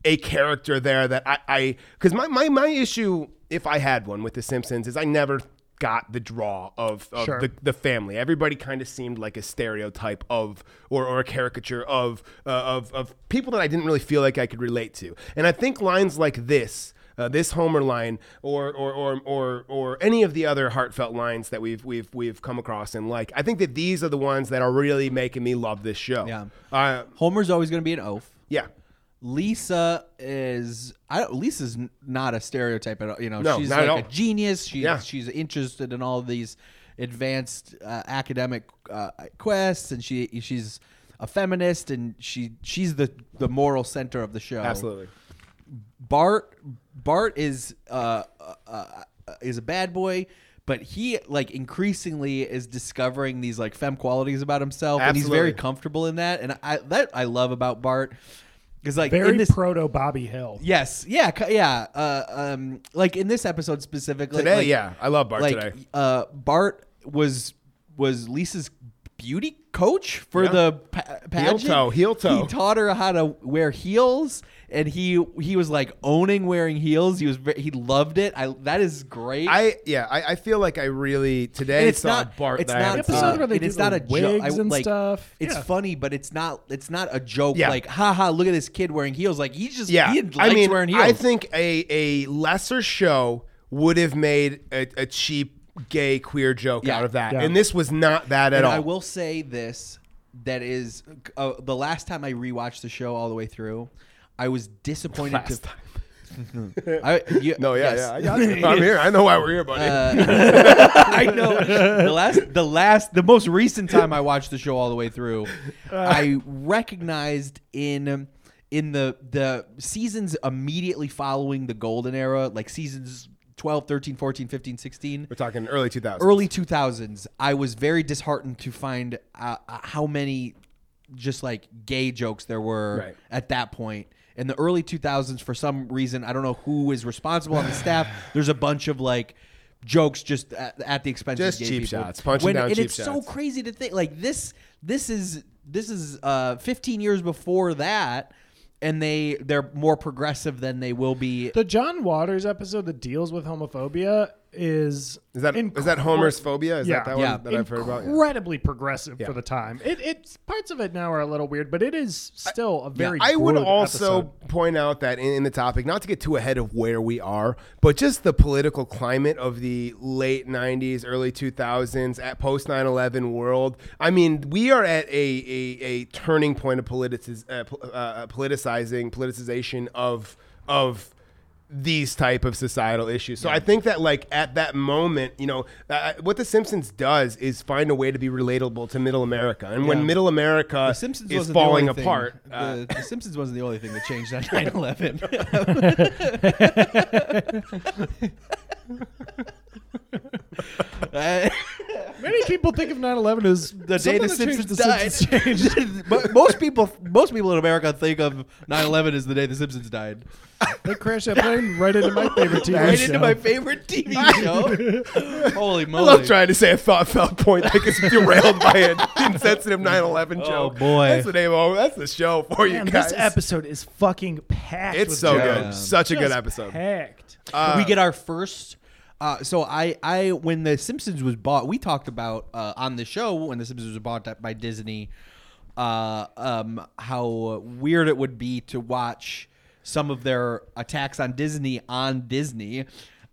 Speaker 2: a character there that I- I because my, my my issue if I had one with The Simpsons is I never got the draw of, of
Speaker 1: Sure.
Speaker 2: the, the family. Everybody kind of seemed like a stereotype of or, or a caricature of, uh, of of people that I didn't really feel like I could relate to. And I think lines like this. Uh, this Homer line, or or, or or or any of the other heartfelt lines that we've we've we've come across and like, I think that these are the ones that are really making me love this show.
Speaker 4: Yeah.
Speaker 2: Uh,
Speaker 4: Homer's always going to be an oaf.
Speaker 2: yeah.
Speaker 4: Lisa is I don't, Lisa's n- not a stereotype at all. You know,
Speaker 2: No,
Speaker 4: she's
Speaker 2: not
Speaker 4: like
Speaker 2: at
Speaker 4: a
Speaker 2: all.
Speaker 4: genius. She
Speaker 2: Yeah.
Speaker 4: she's interested in all these advanced uh, academic uh, quests, and she she's a feminist, and she she's the the moral center of the show.
Speaker 2: Absolutely.
Speaker 4: Bart Bart is uh, uh, uh is a bad boy, but he like increasingly is discovering these like femme qualities about himself, and he's very
Speaker 2: Absolutely.
Speaker 4: comfortable in that. And I that I love about Bart because like in
Speaker 1: Very
Speaker 4: this.
Speaker 1: proto Bobby Hill.
Speaker 4: Yes. Yeah. cu- Yeah. Uh, um, like in this episode specifically.
Speaker 2: Today,
Speaker 4: like-
Speaker 2: yeah. I love Bart
Speaker 4: like,
Speaker 2: today.
Speaker 4: Uh, Bart was was Lisa's beauty coach for
Speaker 2: Yeah.
Speaker 4: the pa- pageant.
Speaker 2: toe, heel toe.
Speaker 4: He taught her how to wear heels, and he he was like owning wearing heels. He was ve- he loved it. I that is great.
Speaker 2: I yeah, I, I feel like I really today
Speaker 4: And it's
Speaker 2: saw
Speaker 4: not
Speaker 2: Bart. uh,
Speaker 4: It's
Speaker 2: that I
Speaker 4: not uh,
Speaker 2: haven't
Speaker 1: The episode
Speaker 2: seen.
Speaker 1: where they
Speaker 4: it
Speaker 1: do
Speaker 4: is
Speaker 1: the
Speaker 4: not a joke.
Speaker 1: wigs
Speaker 4: I-
Speaker 1: and
Speaker 4: like,
Speaker 1: stuff.
Speaker 4: It's
Speaker 1: Yeah.
Speaker 4: funny, but it's not. It's not a joke.
Speaker 2: Yeah.
Speaker 4: Like, haha, look at this kid wearing heels. Like he just
Speaker 2: yeah,
Speaker 4: he likes
Speaker 2: I mean,
Speaker 4: wearing heels.
Speaker 2: I think a a lesser show would have made a, a cheap gay queer joke
Speaker 4: Yeah.
Speaker 2: out of that,
Speaker 1: Yeah.
Speaker 2: and this was not that at
Speaker 4: and
Speaker 2: all.
Speaker 4: I will say this: that is uh, the last time I rewatched the show all the way through. I was disappointed. to,
Speaker 2: Last
Speaker 4: I, you-
Speaker 2: no, yeah,
Speaker 4: yes. Uh,
Speaker 2: yeah, I got you. I'm here. I know why we're here, buddy.
Speaker 4: I know. The last, the last, the most recent time I watched the show all the way through,
Speaker 2: Uh.
Speaker 4: I recognized in in the the seasons immediately following the golden era, like seasons 12, 13, 14, 15, 16.
Speaker 2: we're talking early 2000s.
Speaker 4: early 2000s i was very disheartened to find uh, uh, how many just like gay jokes there were
Speaker 2: Right.
Speaker 4: at that point in the early 2000s for some reason i don't know who is responsible on the staff there's a bunch of like jokes just at, at the expense
Speaker 2: Just
Speaker 4: of gay
Speaker 2: cheap
Speaker 4: people.
Speaker 2: shots, punching
Speaker 4: when,
Speaker 2: down
Speaker 4: and
Speaker 2: cheap
Speaker 4: it's so
Speaker 2: shots.
Speaker 4: crazy to think like this this is this is uh 15 years before that and they they're more progressive than they will be
Speaker 1: The John Waters episode that deals with homophobia is
Speaker 2: is that
Speaker 1: incre-
Speaker 2: is that Homer's phobia? Is
Speaker 1: Yeah.
Speaker 2: that that
Speaker 4: Yeah.
Speaker 2: one that I've heard about? Yeah.
Speaker 1: incredibly progressive for the time. It, it's parts of it now are a little weird, but it is still a very.
Speaker 2: I would
Speaker 1: good
Speaker 2: also
Speaker 1: episode.
Speaker 2: point out that in, in the topic, not to get too ahead of where we are, but just the political climate of the late 90s, early 2000s, at post 9 11 world. I mean, we are at a, a, a turning point of politicis, uh, pol- uh, politicizing, politicization of of these type of societal issues. So I think that like at that moment, you know, uh, what the Simpsons does is find a way to be relatable to middle America. And when middle America
Speaker 4: The Simpsons
Speaker 2: is
Speaker 4: wasn't
Speaker 2: falling
Speaker 4: the only
Speaker 2: apart,
Speaker 4: Thing.
Speaker 2: uh,
Speaker 4: the, the Simpsons wasn't the only thing that changed on 9 11. Uh,
Speaker 1: Many people think of 9/11 as
Speaker 4: the day the
Speaker 1: something that
Speaker 4: Simpsons
Speaker 1: changed
Speaker 4: died. but most people, most people in America think of 9 11 as the day the Simpsons died.
Speaker 1: They crashed that plane right into my favorite TV
Speaker 4: Right
Speaker 1: show.
Speaker 4: into my favorite TV show. Holy
Speaker 2: I
Speaker 4: moly.
Speaker 2: love trying to say a thought-felt point that gets derailed by an insensitive 9/11 joke.
Speaker 4: Oh, boy.
Speaker 2: that's the name of that's the show for you
Speaker 1: Man,
Speaker 2: guys.
Speaker 1: this episode is fucking packed.
Speaker 2: it's
Speaker 1: with
Speaker 2: so
Speaker 1: jokes.
Speaker 4: Yeah.
Speaker 2: good, such a good
Speaker 1: Just
Speaker 2: episode.
Speaker 1: Packed.
Speaker 4: we get our first. Uh, so I, I, when The Simpsons was bought, we talked about uh, on the show when The Simpsons was bought up by Disney, uh, um, how weird it would be to watch some of their attacks on Disney on Disney.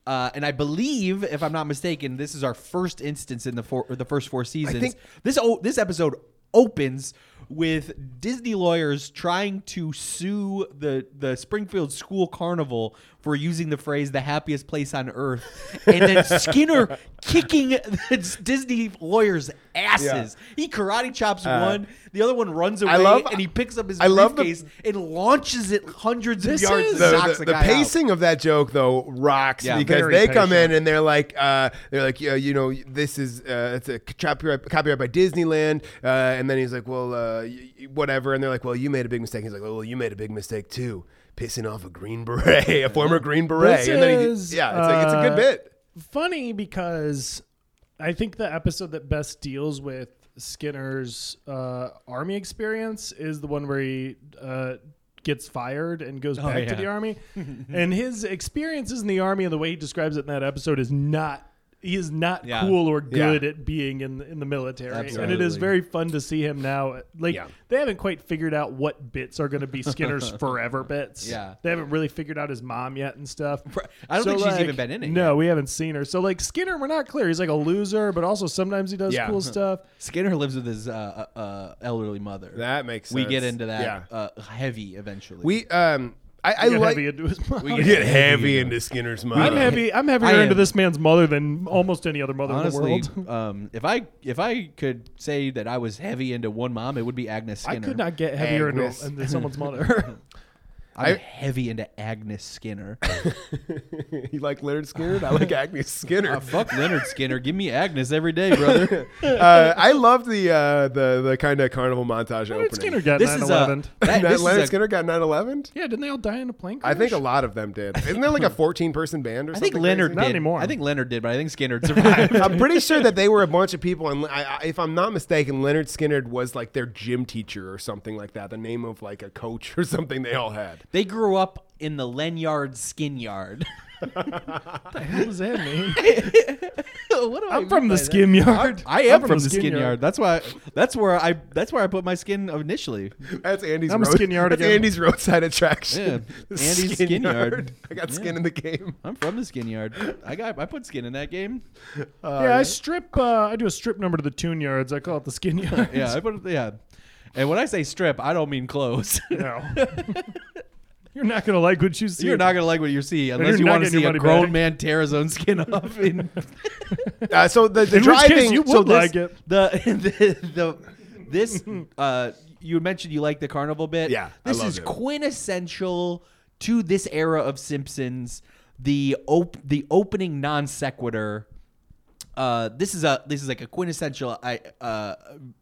Speaker 4: Uh, and I believe, if I'm not mistaken, this is our first instance in the four, or the first four seasons.
Speaker 2: think-
Speaker 4: this o- this episode opens with Disney lawyers trying to sue the the Springfield School Carnival for using the phrase "the happiest place on earth," and then Skinner kicking the Disney lawyers' asses. He karate chops one, the other one runs away,
Speaker 2: Uh, love-
Speaker 4: and he picks up his
Speaker 2: I love the-
Speaker 4: briefcase and launches it hundreds of
Speaker 1: This
Speaker 4: yards.
Speaker 1: is-
Speaker 4: and
Speaker 2: the,
Speaker 4: knocks
Speaker 2: the-
Speaker 4: a
Speaker 2: the
Speaker 4: guy out.
Speaker 2: pacing of that joke though rocks
Speaker 4: Yeah.
Speaker 2: because
Speaker 1: Very
Speaker 2: they come in
Speaker 1: patient.
Speaker 2: and they're like uh, they're like yeah, you know this is uh, it's a copyright copyright by Disneyland uh, and then he's like well uh, y- y- whatever and they're like well you made a big mistake he's like well you made a big mistake too pissing off a green beret a former green beret
Speaker 1: This
Speaker 2: and then
Speaker 1: is,
Speaker 2: he, yeah it's like it's a
Speaker 1: uh,
Speaker 2: good bit
Speaker 1: funny because I think the episode that best deals with Skinner's uh, army experience is the one where he uh, gets fired and goes back
Speaker 4: Oh, yeah.
Speaker 1: to the army. and his experiences in the army and the way he describes it in that episode is not. He is not
Speaker 4: Yeah.
Speaker 1: cool or
Speaker 2: Yeah.
Speaker 1: good at being in in the military, and it is
Speaker 4: Absolutely.
Speaker 1: very fun to see him now. Like
Speaker 2: Yeah.
Speaker 1: they haven't quite figured out what bits are going to be Skinner's forever bits.
Speaker 4: Yeah.
Speaker 1: they haven't really figured out his mom yet and stuff.
Speaker 4: I don't
Speaker 1: So,
Speaker 4: think she's
Speaker 1: like,
Speaker 4: even been in it.
Speaker 1: No, we haven't seen her. So like Skinner, we're not clear. He's like a loser, but also sometimes he does
Speaker 2: Yeah.
Speaker 1: cool stuff.
Speaker 4: Skinner lives with his uh, uh, uh, elderly mother.
Speaker 2: that makes
Speaker 4: we
Speaker 2: sense.
Speaker 4: get into that
Speaker 2: yeah
Speaker 4: uh, heavy eventually.
Speaker 2: we um I, I
Speaker 1: I get
Speaker 2: like
Speaker 1: heavy into his mom.
Speaker 2: we get heavy into Skinner's mind
Speaker 1: I'm heavy. I'm heavier
Speaker 4: I am.
Speaker 1: into this man's mother than almost any other mother
Speaker 4: honestly,
Speaker 1: in the world.
Speaker 4: um, if I if I could say that I was heavy into one mom, it would be Agnes
Speaker 1: I
Speaker 4: Skinner.
Speaker 1: could not get heavier into,
Speaker 2: Agnes.
Speaker 1: into someone's mother.
Speaker 4: I'm
Speaker 2: I-
Speaker 4: heavy into Agnes Skinner.
Speaker 2: you like Leonard Skinner I like Agnes Skinner
Speaker 4: Ah, fuck Leonard Skinner. Give me Agnes every day, brother.
Speaker 2: uh, I love the uh, the the kind of carnival montage
Speaker 1: Leonard
Speaker 2: opening.
Speaker 1: Skinner got
Speaker 4: this
Speaker 1: 9
Speaker 4: is uh,
Speaker 1: 11.
Speaker 4: a that,
Speaker 2: That
Speaker 4: this
Speaker 2: Leonard
Speaker 4: is a-
Speaker 2: Skinner got 9/11.
Speaker 1: Yeah, didn't they all die in a plane crash?
Speaker 2: I think a lot of them did. Isn't there like a 14 person band or
Speaker 4: I
Speaker 2: something?
Speaker 4: think Leonard
Speaker 1: Not
Speaker 4: did.
Speaker 1: anymore.
Speaker 4: I think Leonard did, but I think Skinner survived.
Speaker 2: crazy? I'm pretty sure that they were a bunch of people, and I, I, if I'm not mistaken, Leonard Skinner was like their gym teacher or something like that. The name of like a coach or something they all had.
Speaker 4: they grew up in the Lenyard Skin Yard.
Speaker 1: What the hell does that mean?
Speaker 4: what do I
Speaker 1: I'm
Speaker 4: mean
Speaker 1: from the
Speaker 4: by that?
Speaker 1: skim yard.
Speaker 4: I am from, the skin, yard. That's why. That's where I. That's where I put my skin initially.
Speaker 2: That's Andy's.
Speaker 1: I'm a
Speaker 2: road-
Speaker 1: skin yard
Speaker 2: That's
Speaker 1: again.
Speaker 2: Andy's roadside attraction.
Speaker 4: Yeah, Andy's skin yard.
Speaker 2: I got skin in the game.
Speaker 4: I'm from the skin yard. I got. I put skin in that game.
Speaker 1: yeah, I strip. Uh, I do a strip number to the tune yards. I call it the skin yard.
Speaker 4: Yeah, I put. Yeah. Uh, And when I say strip, I don't mean clothes.
Speaker 1: No. You're not gonna like what you see.
Speaker 4: You're not gonna like what you see
Speaker 1: you're
Speaker 4: unless you
Speaker 1: not
Speaker 4: want to
Speaker 1: getting
Speaker 4: see
Speaker 1: your
Speaker 4: a
Speaker 1: money
Speaker 4: grown
Speaker 1: back.
Speaker 4: man tear his own skin off. In,
Speaker 2: Uh, so the, the
Speaker 1: In which case,
Speaker 2: driving.
Speaker 1: you
Speaker 2: so
Speaker 1: would
Speaker 2: this-
Speaker 1: like it.
Speaker 4: the, the the this uh, you mentioned you like the carnival bit.
Speaker 2: Yeah, I
Speaker 4: this
Speaker 2: love
Speaker 4: is
Speaker 2: it.
Speaker 4: quintessential to this era of Simpsons. The op- the opening non sequitur. Uh, this is a this is like a quintessential I, uh,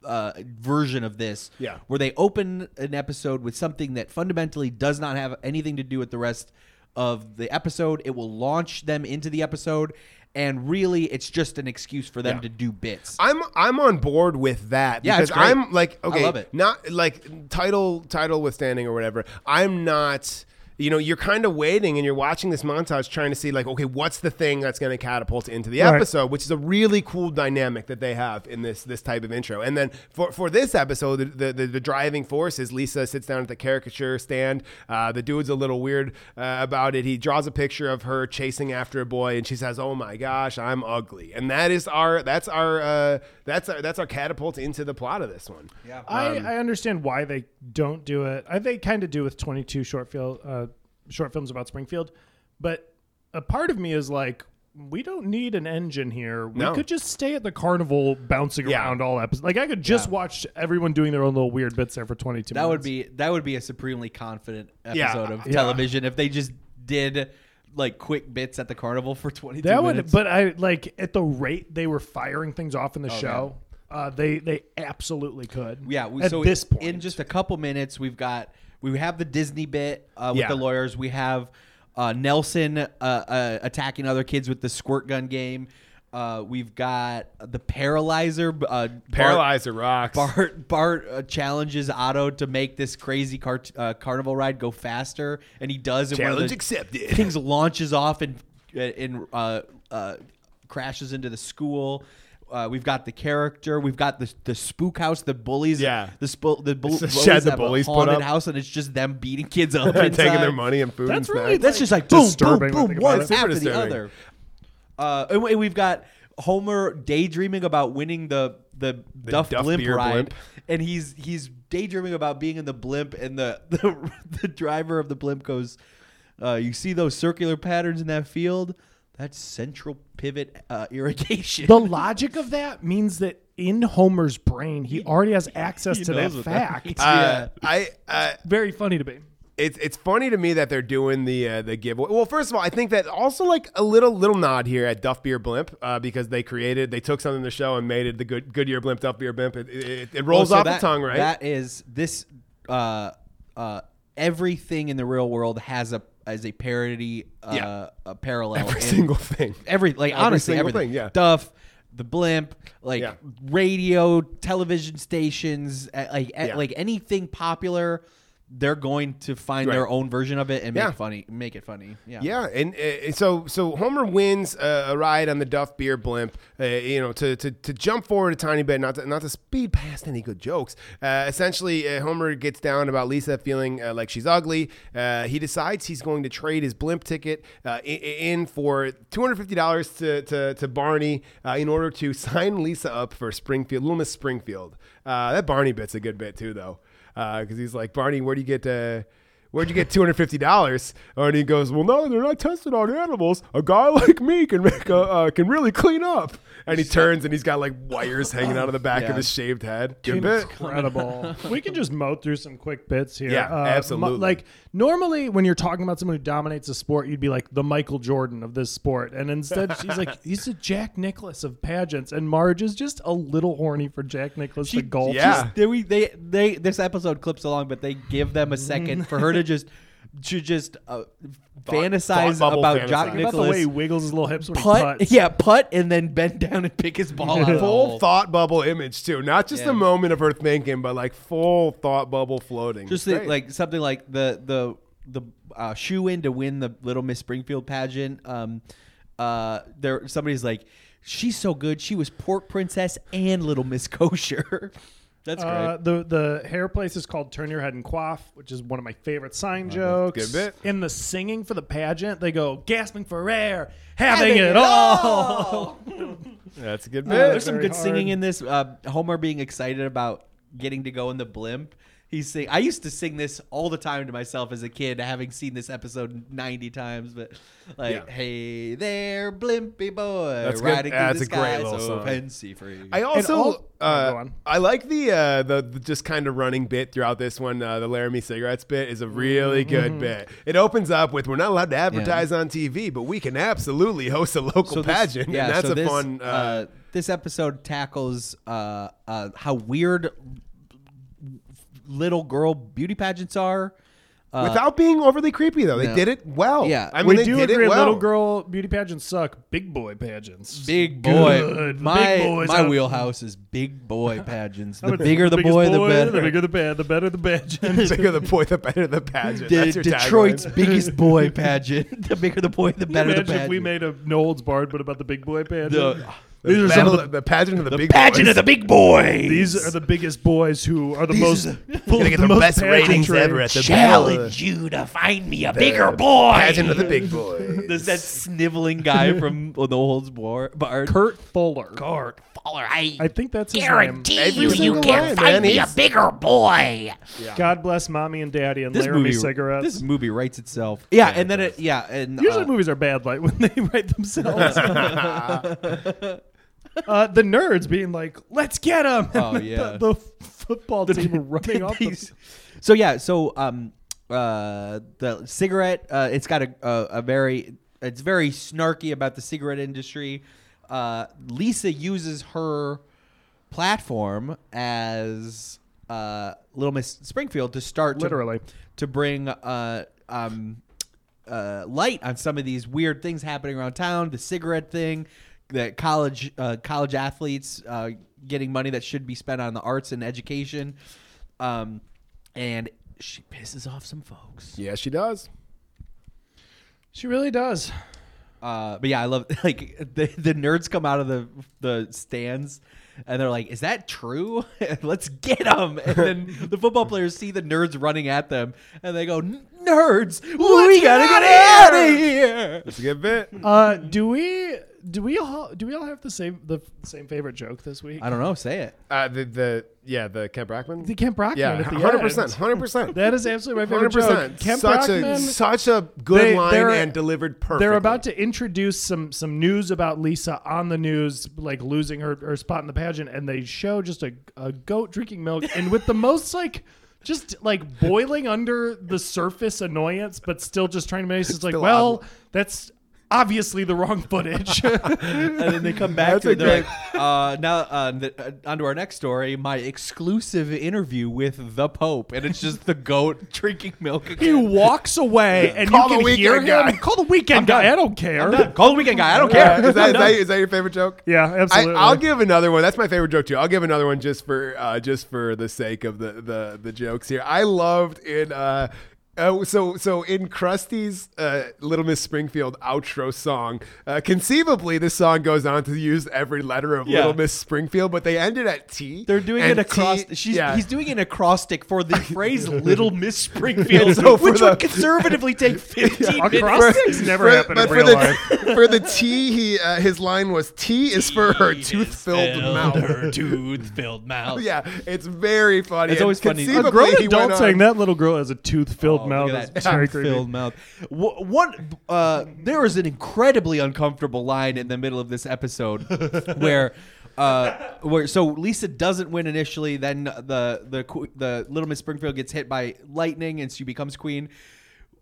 Speaker 4: uh, version of this.
Speaker 2: Yeah.
Speaker 4: where they open an episode with something that fundamentally does not have anything to do with the rest of the episode. It will launch them into the episode, and really, it's just an excuse for them to do bits.
Speaker 2: I'm I'm on board with that
Speaker 4: Yeah, it's
Speaker 2: because
Speaker 4: great.
Speaker 2: I'm like okay,
Speaker 4: love it.
Speaker 2: not like title title withstanding or whatever. I'm not. You know, you're kind of waiting and you're watching this montage trying to see, like, okay, what's the thing that's going to catapult into the
Speaker 1: Right.
Speaker 2: episode, which is a really cool dynamic that they have in this this type of intro. And then for, for this episode, the, the, the, the driving force is Lisa sits down at the caricature stand. Uh, the dude's a little weird uh, about it. He draws a picture of her chasing after a boy, and she says, "Oh my gosh, I'm ugly." And that is our that's our uh, that's our that's our catapult into the plot of this one. Yeah.
Speaker 1: I, I understand why they don't do it. I they kind of do with twenty two short film uh, short films about Springfield, but a part of me is like, we don't need an engine here. We
Speaker 2: No.
Speaker 1: could just stay at the carnival bouncing
Speaker 2: Yeah.
Speaker 1: around all episodes. Like I could just watch everyone doing their own little weird bits there for twenty two.
Speaker 4: That would be that would be a supremely confident episode
Speaker 2: Yeah,
Speaker 4: of
Speaker 1: yeah.
Speaker 4: television if they just did like quick bits at the carnival for 22
Speaker 1: that
Speaker 4: minutes.
Speaker 1: would. But I like at the rate they were firing things off in the show. Uh, they they absolutely could.
Speaker 4: yeah, we,
Speaker 1: at
Speaker 4: so
Speaker 1: this point
Speaker 4: in just a couple minutes we've got we have the Disney bit uh, with
Speaker 2: Yeah.
Speaker 4: the lawyers, we have uh, Nelson uh, uh, attacking other kids with the squirt gun game. Uh, we've got the paralyzer uh, Bart-
Speaker 2: Paralyzer rocks.
Speaker 4: Bart Bart uh, challenges Otto to make this crazy car- uh, carnival ride go faster, and he does. And one of
Speaker 2: Challenge
Speaker 4: the
Speaker 2: accepted.
Speaker 4: Things launches off and uh, and uh, uh, crashes into the school. Uh, we've got the character. We've got the the spook house. The bullies.
Speaker 2: Yeah.
Speaker 4: The spo- the, bull-
Speaker 2: It's the
Speaker 4: bullies
Speaker 2: shed the
Speaker 4: have a
Speaker 2: bullies put
Speaker 4: haunted
Speaker 2: up.
Speaker 4: house, and it's just them beating kids
Speaker 2: and
Speaker 4: up
Speaker 2: taking
Speaker 4: inside.
Speaker 2: their money and food.
Speaker 1: That's
Speaker 2: and
Speaker 1: really
Speaker 2: snacks.
Speaker 4: That's just like boom,
Speaker 1: disturbing when I
Speaker 4: boom, boom,
Speaker 1: think
Speaker 4: one
Speaker 1: about
Speaker 4: after
Speaker 1: it.
Speaker 2: Super
Speaker 4: the
Speaker 2: disturbing.
Speaker 4: other. Uh, and we- we've got Homer daydreaming about winning the the, Duff,
Speaker 2: Duff
Speaker 4: blimp
Speaker 2: beer
Speaker 4: ride,
Speaker 2: blimp.
Speaker 4: and he's he's daydreaming about being in the blimp, and the the, the driver of the blimp goes. Uh, you see those circular patterns in that field? That's central pivot uh, irrigation.
Speaker 1: The logic of that means that in Homer's brain, he already has access
Speaker 4: He
Speaker 1: to that
Speaker 4: knows what that
Speaker 1: fact.
Speaker 4: means.
Speaker 2: Uh, I, uh,
Speaker 1: Very funny to me.
Speaker 2: it's it's funny to me that they're doing the uh, the giveaway. Well, first of all, I think that also like a little little nod here at Duff Beer Blimp uh, because they created they took something in the show and made it the good Goodyear Blimp Duff Beer Blimp. It, it, it rolls
Speaker 4: Oh, so
Speaker 2: off
Speaker 4: that-
Speaker 2: the tongue, right?
Speaker 4: That is this. Uh, uh, everything in the real world has a as a parody. Uh,
Speaker 2: Yeah.
Speaker 4: a parallel.
Speaker 2: Every
Speaker 4: in-
Speaker 2: single thing.
Speaker 4: Every like
Speaker 2: Every
Speaker 4: honestly
Speaker 2: single
Speaker 4: everything.
Speaker 2: thing, yeah.
Speaker 4: Duff, the blimp, like
Speaker 2: Yeah.
Speaker 4: radio, television stations, uh, like uh,
Speaker 2: Yeah.
Speaker 4: like anything popular. They're going to find
Speaker 2: Right.
Speaker 4: their own version of it and
Speaker 2: Yeah.
Speaker 4: make funny, make it funny. Yeah.
Speaker 2: Yeah, and uh, so so Homer wins uh, a ride on the Duff Beer Blimp. Uh, you know, to, to to jump forward a tiny bit, not to, not to speed past any good jokes. Uh, essentially, uh, Homer gets down about Lisa feeling uh, like she's ugly. Uh, he decides he's going to trade his blimp ticket uh, i- i- in for two hundred fifty dollars to to to Barney uh, in order to sign Lisa up for Springfield, Little Miss Springfield. Uh, that Barney bit's a good bit too, though, because he's like Barney, where do you get? Uh, Where'd you get two hundred fifty dollars? And he goes, "Well, no, they're not tested on animals. A guy like me can make a uh, can really clean up." And he turns and he's got like wires hanging out of the back
Speaker 4: Yeah.
Speaker 2: of his shaved head. Good bit.
Speaker 1: Incredible. we can just mow through some quick bits here. Uh,
Speaker 2: Yeah,
Speaker 1: mo-
Speaker 2: absolutely.
Speaker 1: like normally, when you're talking about someone who dominates a sport, you'd be like the Michael Jordan of this sport, and instead she's like he's a Jack Nicholas of pageants, and Marge is just a little horny for Jack Nicholas the golf.
Speaker 2: yeah.
Speaker 4: Just- they, we, they they this episode clips along, but they give them a second for her to just to just uh, fantasize
Speaker 2: thought bubble
Speaker 4: about
Speaker 2: fantasize.
Speaker 4: Jock
Speaker 2: About
Speaker 1: Think about the way
Speaker 4: Nicholas
Speaker 1: he wiggles his little hips when he
Speaker 4: putt,
Speaker 1: putts.
Speaker 4: yeah, putt, and then bend down and pick his ball out. of the
Speaker 2: Full
Speaker 4: hole.
Speaker 2: thought bubble image too, not just
Speaker 4: Yeah.
Speaker 2: a moment of her thinking, but like full thought bubble floating.
Speaker 4: Just think,
Speaker 2: Great.
Speaker 4: like something like the the the uh, shoe in to win the Little Miss Springfield pageant. Um, uh, there somebody's like, she's so good. She was Pork Princess and Little Miss Kosher. That's great.
Speaker 1: Uh, the the hair place is called Turn Your Head and Quaff, which is one of my favorite sign jokes.
Speaker 2: Good bit.
Speaker 1: In the singing for the pageant, they go gasping for air, having, it, all.
Speaker 2: that's a good
Speaker 1: Yeah,
Speaker 2: bit.
Speaker 4: There's some
Speaker 1: very
Speaker 4: good singing
Speaker 1: hard.
Speaker 4: in this. Uh, Homer being excited about getting to go in the blimp. He's sing. I used to sing this all the time to myself as a kid, having seen this episode 90 times. But like,
Speaker 2: Yeah.
Speaker 4: hey there, blimpy boy,
Speaker 2: That's good.
Speaker 4: riding through
Speaker 2: That's
Speaker 4: the
Speaker 2: a great
Speaker 4: sky,
Speaker 2: little
Speaker 4: so
Speaker 2: song.
Speaker 4: fancy free.
Speaker 2: I also
Speaker 1: all-
Speaker 2: uh,
Speaker 1: oh, go on.
Speaker 2: I like the, uh, the the just kind of running bit throughout this one. Uh, the Laramie cigarettes bit is a really good
Speaker 1: Mm-hmm.
Speaker 2: bit. It opens up with "We're not allowed to advertise on TV, but we can absolutely host a local
Speaker 4: So this-
Speaker 2: pageant." and that's
Speaker 4: so
Speaker 2: a
Speaker 4: this,
Speaker 2: fun. Uh,
Speaker 4: uh, this episode tackles uh, uh, how weird little girl beauty pageants are. Uh,
Speaker 2: without being overly creepy, though, they
Speaker 4: no.
Speaker 2: did it well.
Speaker 4: Yeah.
Speaker 2: I mean,
Speaker 1: we
Speaker 2: they
Speaker 1: do
Speaker 2: did
Speaker 1: agree
Speaker 2: it well.
Speaker 1: little girl beauty pageants suck. Big boy pageants.
Speaker 4: Big boy.
Speaker 1: Good. The
Speaker 4: My,
Speaker 1: big boys
Speaker 4: my
Speaker 1: out-
Speaker 4: wheelhouse is big boy pageants.
Speaker 1: I'm
Speaker 4: The
Speaker 1: a-
Speaker 4: bigger the
Speaker 1: biggest
Speaker 4: boy, the better.
Speaker 1: The bigger the bad, the better the pageant.
Speaker 2: The bigger the boy, the better the pageant.
Speaker 4: De-
Speaker 2: That's your
Speaker 4: Detroit's
Speaker 2: tagline.
Speaker 4: biggest boy pageant. The bigger the boy, the better the
Speaker 1: Imagine
Speaker 4: pageant.
Speaker 1: if we made a no holds barred, but about the big boy pageant.
Speaker 4: The-
Speaker 1: these are some
Speaker 2: Battle-
Speaker 1: of
Speaker 2: the,
Speaker 1: the,
Speaker 2: pageant of the, big
Speaker 3: Pageant
Speaker 2: boys.
Speaker 3: of the big boy.
Speaker 1: these are the biggest boys who are the
Speaker 3: These
Speaker 1: most
Speaker 3: are
Speaker 1: full
Speaker 2: Gonna
Speaker 1: of
Speaker 2: get
Speaker 1: the
Speaker 2: the
Speaker 1: most
Speaker 2: best ratings
Speaker 1: pageantry.
Speaker 2: ever at the
Speaker 3: Challenge you to find me a bigger boy.
Speaker 2: Pageant of the big boys.
Speaker 4: There's that sniveling guy from No Holds Bar- Barred.
Speaker 1: Kurt Fuller.
Speaker 3: Gord, Fuller, I,
Speaker 1: I think that's his name.
Speaker 3: guarantee
Speaker 2: Every
Speaker 3: you, you
Speaker 2: single line,
Speaker 3: can
Speaker 2: man,
Speaker 3: find me a
Speaker 2: he's-
Speaker 3: bigger boy.
Speaker 1: God bless mommy and daddy and
Speaker 4: This
Speaker 1: Laramie
Speaker 4: movie,
Speaker 1: cigarettes.
Speaker 4: this movie writes itself. Yeah, and then it, yeah, and
Speaker 1: Usually
Speaker 4: uh,
Speaker 1: movies are bad like when they write themselves. uh, the nerds being like, "Let's get him!"
Speaker 4: Oh, yeah.
Speaker 1: the, the f- football team running off.
Speaker 4: these- so yeah, so um, uh, the cigarette. Uh, it's got a, a a very it's very snarky about the cigarette industry. Uh, Lisa uses her platform as uh, Little Miss Springfield to start to-
Speaker 1: Literally.
Speaker 4: to bring uh um uh, light on some of these weird things happening around town. The cigarette thing, that college uh, college athletes uh, getting money that should be spent on the arts and education, um, and she pisses off some folks.
Speaker 2: Yeah, she does.
Speaker 1: she really does.
Speaker 4: Uh, but yeah, I love like the, the nerds come out of the the stands. And they're like, "Is that true? Let's get them!" And then the football players see the nerds running at them, and they go, "Nerds, we gotta
Speaker 2: get
Speaker 4: get out of here!"
Speaker 2: It's a good bit.
Speaker 1: Uh, do we Do we all do we all have the same the f- same favorite joke this week?
Speaker 4: I don't know. Say it.
Speaker 2: Uh, the the yeah the Kent Brockman.
Speaker 1: The Kemp Brockman
Speaker 2: yeah,
Speaker 1: at the
Speaker 2: hundred percent,
Speaker 1: end.
Speaker 2: hundred percent,
Speaker 1: That is absolutely my favorite
Speaker 2: hundred percent.
Speaker 1: joke. Kemp
Speaker 2: Such
Speaker 1: Brockman.
Speaker 2: a such a good
Speaker 1: They-
Speaker 2: line
Speaker 1: they're-
Speaker 2: and delivered perfectly.
Speaker 1: they're about to introduce some some news about Lisa on the news, like losing her, her spot in the pageant, and they show just a, a goat drinking milk, and with the most like. Just like boiling under the surface annoyance, but still just trying to manage. It's like,
Speaker 2: Still
Speaker 1: well,
Speaker 2: ob-
Speaker 1: that's obviously the wrong footage.
Speaker 4: and then they come back
Speaker 2: That's
Speaker 4: to
Speaker 2: a
Speaker 4: it. They're
Speaker 2: great-
Speaker 4: like, uh, now uh, th- uh, onto our next story. My exclusive interview with the Pope, and it's just the goat drinking milk.
Speaker 1: he walks away, and
Speaker 2: Call the
Speaker 1: you can hear him.
Speaker 2: weekend guy.
Speaker 1: Call the weekend guy. I don't care.
Speaker 4: Call the weekend guy. I don't
Speaker 2: Yeah,
Speaker 4: care.
Speaker 2: is, that, is, that, is that your favorite joke?
Speaker 1: Yeah,
Speaker 2: I,
Speaker 1: absolutely.
Speaker 2: I'll give another one. That's my favorite joke too. I'll give another one just for uh, just for the sake of the the, the jokes here. I loved in uh, uh, so so in Krusty's uh, Little Miss Springfield outro song. Uh, conceivably, this song goes on to use every letter of
Speaker 4: Yeah.
Speaker 2: Little Miss Springfield, but they ended at T.
Speaker 4: They're doing
Speaker 2: And
Speaker 4: an
Speaker 2: T-
Speaker 4: acrostic. She's
Speaker 2: yeah.
Speaker 4: he's doing an acrostic for the phrase "Little Miss Springfield,"
Speaker 2: so for
Speaker 4: which
Speaker 2: the-
Speaker 4: would conservatively take fifteen minutes.
Speaker 1: Acrostics never
Speaker 2: For-
Speaker 1: happen in
Speaker 2: but
Speaker 1: real
Speaker 2: for the,
Speaker 1: life.
Speaker 2: For the T, he uh, his line was T is for her tooth filled mouth.
Speaker 4: tooth filled mouth.
Speaker 2: Yeah, it's very funny.
Speaker 4: It's
Speaker 2: And
Speaker 4: always funny. A
Speaker 1: A
Speaker 2: conceivably,
Speaker 1: grown
Speaker 2: he went
Speaker 1: adult
Speaker 2: on-
Speaker 1: saying that little girl has a tooth-filled
Speaker 4: Oh,
Speaker 1: mouth.
Speaker 4: look at
Speaker 1: is
Speaker 4: that
Speaker 1: very creepy.
Speaker 4: tooth-filled mouth. Wh- What? Uh, there is an incredibly uncomfortable line in the middle of this episode where. Uh, where so Lisa doesn't win initially, then the the qu- the Little Miss Springfield gets hit by lightning and she becomes queen.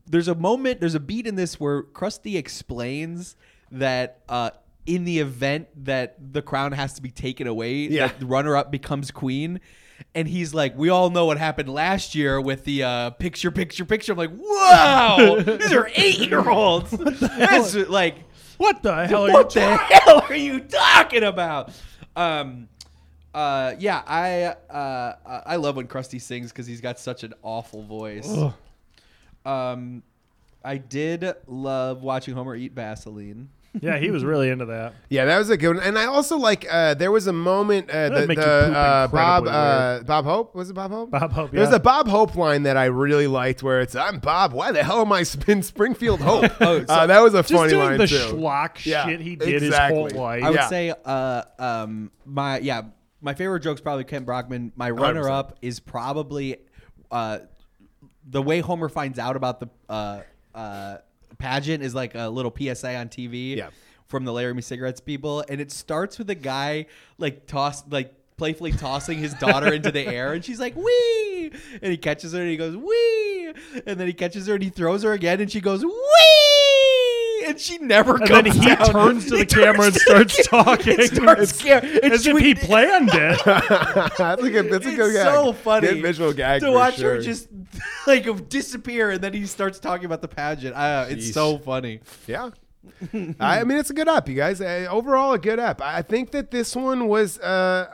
Speaker 4: There's a moment, there's a beat in this where Krusty explains that uh, in the event that the crown has to be taken away,
Speaker 2: Yeah.
Speaker 4: that the runner up becomes queen. And he's like, we all know what happened last year with the uh, picture, picture, picture. I'm like, wow, these are eight year olds. That's like,
Speaker 1: What the hell?
Speaker 4: what
Speaker 1: are you
Speaker 4: the hell are you talking about? Um, uh, yeah, I uh, uh, I love when Krusty sings because he's got such an awful voice.
Speaker 1: Ugh.
Speaker 4: Um, I did love watching Homer eat Vaseline.
Speaker 1: Yeah, he was really into that.
Speaker 2: Yeah, that was a good one. And I also like uh, there was a moment uh, the,
Speaker 1: make
Speaker 2: the
Speaker 1: you poop
Speaker 2: uh, Bob
Speaker 1: incredibly
Speaker 2: uh, Bob Hope was it Bob Hope?
Speaker 1: Bob Hope,
Speaker 2: There's
Speaker 1: yeah.
Speaker 2: a Bob Hope line that I really liked where it's I'm Bob. Why the hell am I in Springfield Hope?
Speaker 4: Oh, so-
Speaker 2: uh, that was a
Speaker 1: Just
Speaker 2: funny
Speaker 1: doing
Speaker 2: line
Speaker 1: the
Speaker 2: too.
Speaker 1: schlock
Speaker 2: Yeah,
Speaker 1: shit he did his
Speaker 2: exactly.
Speaker 1: whole life.
Speaker 4: I would
Speaker 2: Yeah.
Speaker 4: say, uh, um, my yeah, my favorite joke's probably Kent Brockman. My runner up is probably uh, the way Homer finds out about the uh, uh, pageant is like a little PSA on TV
Speaker 2: Yeah.
Speaker 4: from the Laramie cigarettes people, and it starts with a guy like toss like playfully tossing his daughter into the air, and she's like wee, and he catches her and he goes wee, and then he catches her and he throws her again, and she goes wee, and she never
Speaker 1: and then
Speaker 4: comes
Speaker 1: he
Speaker 4: down.
Speaker 1: turns to
Speaker 4: He
Speaker 1: the camera and
Speaker 4: turns to the
Speaker 1: starts talking.
Speaker 4: It starts scared. It's
Speaker 1: As if
Speaker 4: sweet-
Speaker 1: he planned it.
Speaker 2: that's a good, that's a good
Speaker 4: it's
Speaker 2: gag.
Speaker 4: so funny.
Speaker 2: Good visual gag
Speaker 4: to
Speaker 2: for
Speaker 4: watch
Speaker 2: sure.
Speaker 4: her just like disappear, and then he starts talking about the pageant. Uh, it's
Speaker 2: Jeez.
Speaker 4: so funny.
Speaker 2: Yeah. I I mean, it's a good app, you guys. Uh, overall, a good app. I I think that this one was. Uh,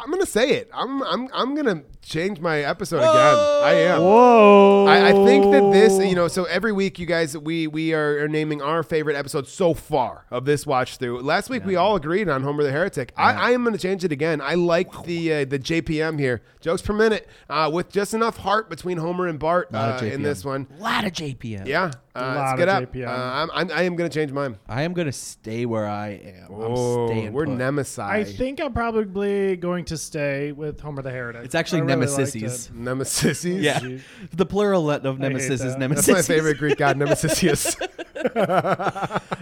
Speaker 2: I'm gonna say it. I'm. I'm. I'm gonna change my episode
Speaker 4: Whoa.
Speaker 2: again. I am.
Speaker 1: Whoa.
Speaker 2: I, I think that this,
Speaker 4: Oh.
Speaker 2: you know, so every week, you guys, we we are, are naming our favorite episodes so far of this watch through. Last week, we all agreed on Homer the Heretic. I, I am going to change it again. I like the uh, the JPM here, jokes per minute, uh, with just enough heart between Homer and Bart uh,
Speaker 4: Lot of
Speaker 2: in this one.
Speaker 3: lot of JPM.
Speaker 2: Yeah, uh,
Speaker 1: Lot
Speaker 2: it's good
Speaker 1: of
Speaker 2: up.
Speaker 1: JPM.
Speaker 2: Uh, I'm, I'm, I am going to change mine.
Speaker 4: I am gonna stay where I am.
Speaker 2: Oh,
Speaker 4: I'm staying.
Speaker 2: we're
Speaker 4: put.
Speaker 2: nemesis.
Speaker 1: I think I'm probably going to stay with Homer the Heretic.
Speaker 4: It's actually
Speaker 1: I really liked
Speaker 4: nemesises.
Speaker 1: it.
Speaker 2: nemesis.
Speaker 4: yeah,
Speaker 1: Jeez.
Speaker 4: the plural of nemesis is
Speaker 1: that.
Speaker 4: nemesis.
Speaker 2: That's my favorite Greek god, Nemesis.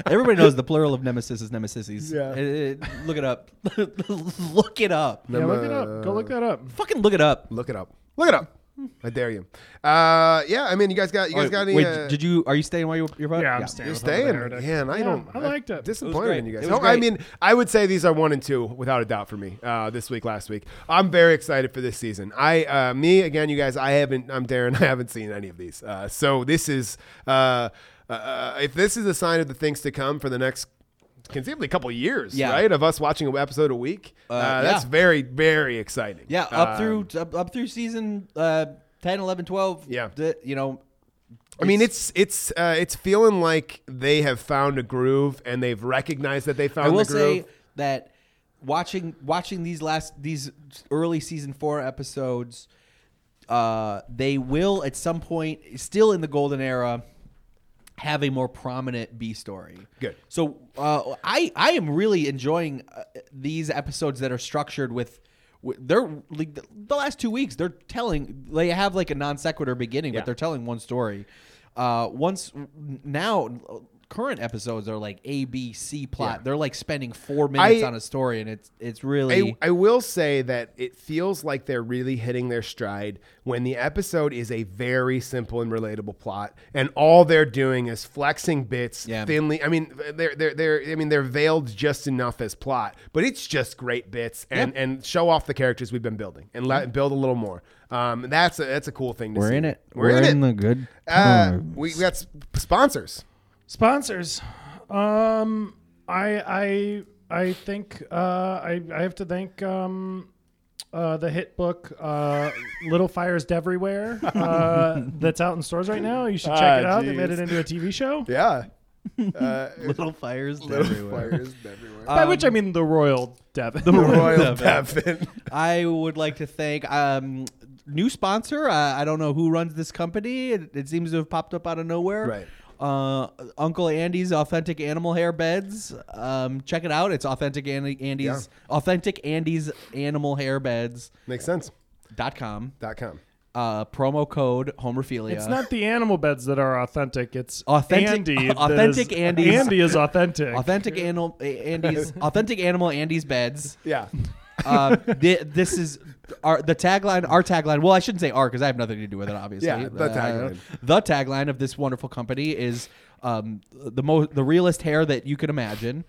Speaker 4: Everybody knows the plural of nemesis is nemesis.
Speaker 2: Yeah.
Speaker 4: It- it- look it up. look it up.
Speaker 1: Yeah, look it up. Go look that up.
Speaker 4: Fucking look it up.
Speaker 2: Look it up. Look it up. I dare you. Uh, yeah, I mean, you guys got you guys
Speaker 4: Wait,
Speaker 2: got any?
Speaker 4: wait,
Speaker 2: uh,
Speaker 4: did you? Are you staying while you, you're?
Speaker 1: Yeah,
Speaker 4: voting?
Speaker 1: I'm staying.
Speaker 2: You're
Speaker 1: with Homer the
Speaker 2: staying.
Speaker 1: Heretic.
Speaker 2: Yeah, and I
Speaker 1: Yeah,
Speaker 2: don't.
Speaker 1: I liked it.
Speaker 2: Disappointed in you guys.
Speaker 4: It was
Speaker 2: No, I
Speaker 4: great.
Speaker 2: mean, I would say these are one and two without a doubt for me. Uh, this week, last week, I'm very excited for this season. I, uh, me again, you guys. I haven't. I'm Darren. I haven't seen any of these. Uh, so this is. Uh, uh, if this is a sign of the things to come for the next conceivably couple years,
Speaker 4: Yeah.
Speaker 2: right, of us watching an episode a week, uh,
Speaker 4: yeah.
Speaker 2: that's very, very exciting.
Speaker 4: Yeah, up
Speaker 2: Um,
Speaker 4: through up, up through season uh, 10, 11, 12.
Speaker 2: Yeah.
Speaker 4: the- you know,
Speaker 2: I mean, it's it's uh, it's feeling like they have found a groove and they've recognized that they found
Speaker 4: I will
Speaker 2: the groove.
Speaker 4: say that watching watching these last these early season four episodes, uh, they will at some point, still in the golden era,
Speaker 5: have a more prominent B story.
Speaker 2: Good.
Speaker 5: So uh, I I am really enjoying uh, these episodes that are structured with. with- They're like the the last two weeks. They're telling they have like a non sequitur beginning,
Speaker 2: Yeah.
Speaker 5: but they're telling one story. Uh, once now, current episodes are like A B C plot. They're like spending four minutes
Speaker 2: I-
Speaker 5: on a story, and it's it's really
Speaker 2: I, I will say that it feels like they're really hitting their stride when the episode is a very simple and relatable plot, and all they're doing is flexing bits
Speaker 5: Yeah.
Speaker 2: thinly. I mean, they're they're they're I mean they're veiled just enough as plot, but it's just great bits and and show off the characters we've been building and let, build a little more. Um, that's a that's a cool thing. to see. Mm-hmm. We're, in, it.
Speaker 4: the good.
Speaker 2: uh, we, we got sp- sponsors.
Speaker 1: Sponsors. Um, I I I think uh, I I have to thank um, uh, the hit book uh, Little Fires Everywhere uh, that's out in stores right now. You should check
Speaker 2: Ah,
Speaker 1: it out. They
Speaker 2: geez.
Speaker 1: made it into a TV show.
Speaker 2: Yeah,
Speaker 5: little fires everywhere.
Speaker 2: fires everywhere.
Speaker 1: By which I mean the Royal Devon.
Speaker 2: the Royal Devon.
Speaker 5: I would like to thank um, new sponsor. Uh, I don't know who runs this company. It, it seems to have popped up out of nowhere.
Speaker 2: Right.
Speaker 5: Uh, Uncle Andy's authentic animal hair beds. Um, check it out. It's authentic Andy, Andy's authentic Andy's animal hair beds
Speaker 2: Makes sense.
Speaker 5: dot com.
Speaker 2: Dot com.
Speaker 5: Uh, promo code homerphilia.
Speaker 1: It's not the animal beds that are authentic. It's
Speaker 5: Authentic-
Speaker 1: Andy. that
Speaker 5: authentic
Speaker 1: is-
Speaker 5: Andy's-
Speaker 1: Andy is authentic.
Speaker 5: authentic animal Andy's authentic animal Andy's beds.
Speaker 2: Yeah.
Speaker 5: Uh, thi- this is our the tagline. Our tagline. Well, I shouldn't say our because I have nothing to do with it. Obviously,
Speaker 2: Yeah, the
Speaker 5: Uh,
Speaker 2: tagline.
Speaker 5: the tagline of this wonderful company is um, the most the realest hair that you can imagine.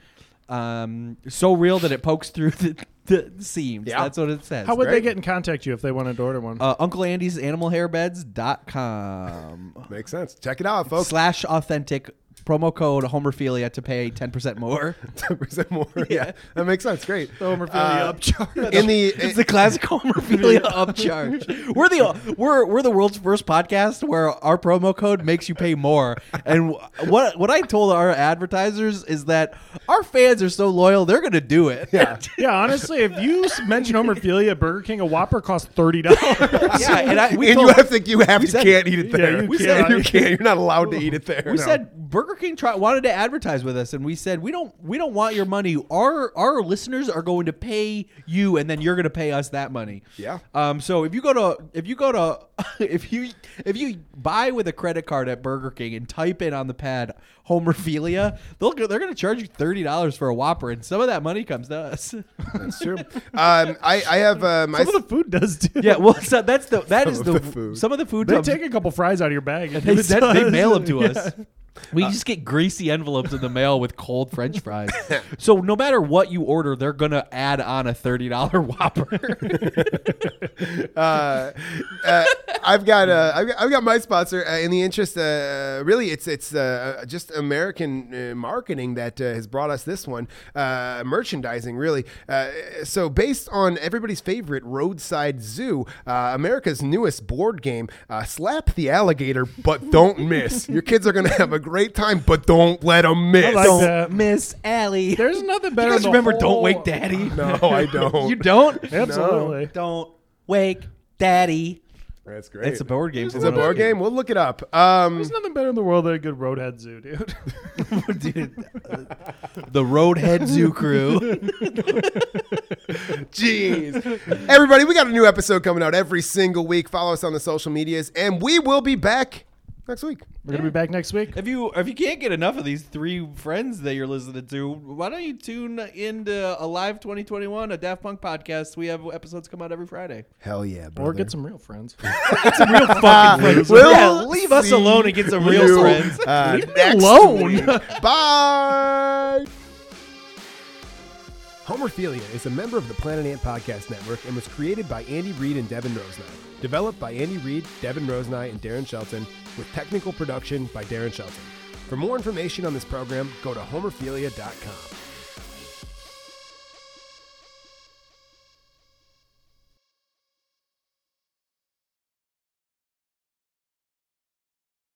Speaker 5: Um, so real that it pokes through the, the seams.
Speaker 2: Yeah.
Speaker 5: That's what it says.
Speaker 1: How would they
Speaker 2: great.
Speaker 1: get in contact you if they wanted to order one?
Speaker 5: uh, Uncle Andy's Animal Hairbeds.com
Speaker 2: Makes sense. Check it out, folks.
Speaker 5: slash authentic promo code homophilia to pay 10% more.
Speaker 2: Ten percent more. Yeah. that makes sense. Great. Uh,
Speaker 5: upcharge.
Speaker 2: in the-
Speaker 5: it's the classic homophilia upcharge. We're the we're we're the world's first podcast where our promo code makes you pay more. And wh- what what I told our advertisers is that our fans are so loyal, they're gonna do it.
Speaker 2: Yeah.
Speaker 1: yeah, honestly, if you s- mention homerphilia, Burger King, a Whopper costs thirty dollars.
Speaker 5: Yeah, and I, we
Speaker 2: and
Speaker 5: told-
Speaker 2: you have to you have to
Speaker 5: said-
Speaker 2: can't eat it
Speaker 1: Yeah,
Speaker 2: there.
Speaker 1: you
Speaker 2: we
Speaker 1: can't.
Speaker 2: said you can't. You're not allowed to eat it there.
Speaker 5: we said Burger King try, wanted to advertise with us, and we said we don't we don't want your money. Our our listeners are going to pay you, and then you're going to pay us that money.
Speaker 2: Yeah.
Speaker 5: Um. So if you go to if you go to if you if you buy with a credit card at Burger King and type in on the pad homerphilia, they'll they're going to charge you thirty dollars for a Whopper, and some of that money comes to us.
Speaker 2: that's true. Um, I I have uh, my
Speaker 1: Some of the food does too.
Speaker 5: yeah. Well, so that's the that is
Speaker 2: of
Speaker 5: the,
Speaker 2: the food.
Speaker 5: some of the food.
Speaker 1: They
Speaker 5: comes-
Speaker 1: take a couple fries out of your bag. and
Speaker 5: They,
Speaker 1: give it
Speaker 5: send-
Speaker 1: to
Speaker 5: they
Speaker 1: us.
Speaker 5: mail them to
Speaker 1: Yeah.
Speaker 5: us. We just get greasy envelopes in the mail with cold French fries. so no matter what you order, they're gonna add on a thirty dollar Whopper.
Speaker 2: uh, uh, I've got uh, I've got, I've got my sponsor uh, in the interest. Uh, really, it's it's uh, just American uh, marketing that uh, has brought us this one. Uh, merchandising, really. Uh, so based on everybody's favorite roadside zoo, uh, America's newest board game, uh, slap the alligator, but don't miss. Your kids are gonna have a great time, but don't let them miss.
Speaker 1: like Don't that.
Speaker 5: miss Allie.
Speaker 1: There's nothing better.
Speaker 5: you guys
Speaker 1: than
Speaker 5: remember
Speaker 1: the
Speaker 5: Don't
Speaker 1: whole-
Speaker 5: Wake Daddy?
Speaker 2: No, I don't.
Speaker 5: You don't?
Speaker 1: Absolutely.
Speaker 5: Don't wake Daddy.
Speaker 2: That's great.
Speaker 5: It's a board game.
Speaker 2: It's a board game. We'll look it up. Um,
Speaker 1: There's nothing better in the world than a good Roadhead Zoo, dude.
Speaker 5: Dude, uh, the Roadhead Zoo crew.
Speaker 2: Jeez. Everybody, we got a new episode coming out every single week. Follow us on the social medias, and we will be back next week.
Speaker 1: We're gonna be back next week.
Speaker 5: If you if you can't get enough of these three friends that you're listening to, why don't you tune into Alive 2021, a Daft Punk podcast? We have episodes come out every Friday.
Speaker 2: Hell yeah, brother.
Speaker 1: Or get some real friends.
Speaker 2: We'll
Speaker 5: Yeah, leave us
Speaker 2: see
Speaker 5: alone and get some real
Speaker 2: you,
Speaker 5: friends.
Speaker 2: Uh,
Speaker 1: Leave me
Speaker 2: next
Speaker 1: alone.
Speaker 2: week. Bye. Homerphilia is a member of the Planet Ant Podcast Network and was created by Andy Reid and Devin Rosenai. Developed by Andy Reid, Devin Rosenai, and Darren Shelton, with technical production by Darren Shelton. For more information on this program, go to homerphilia.com.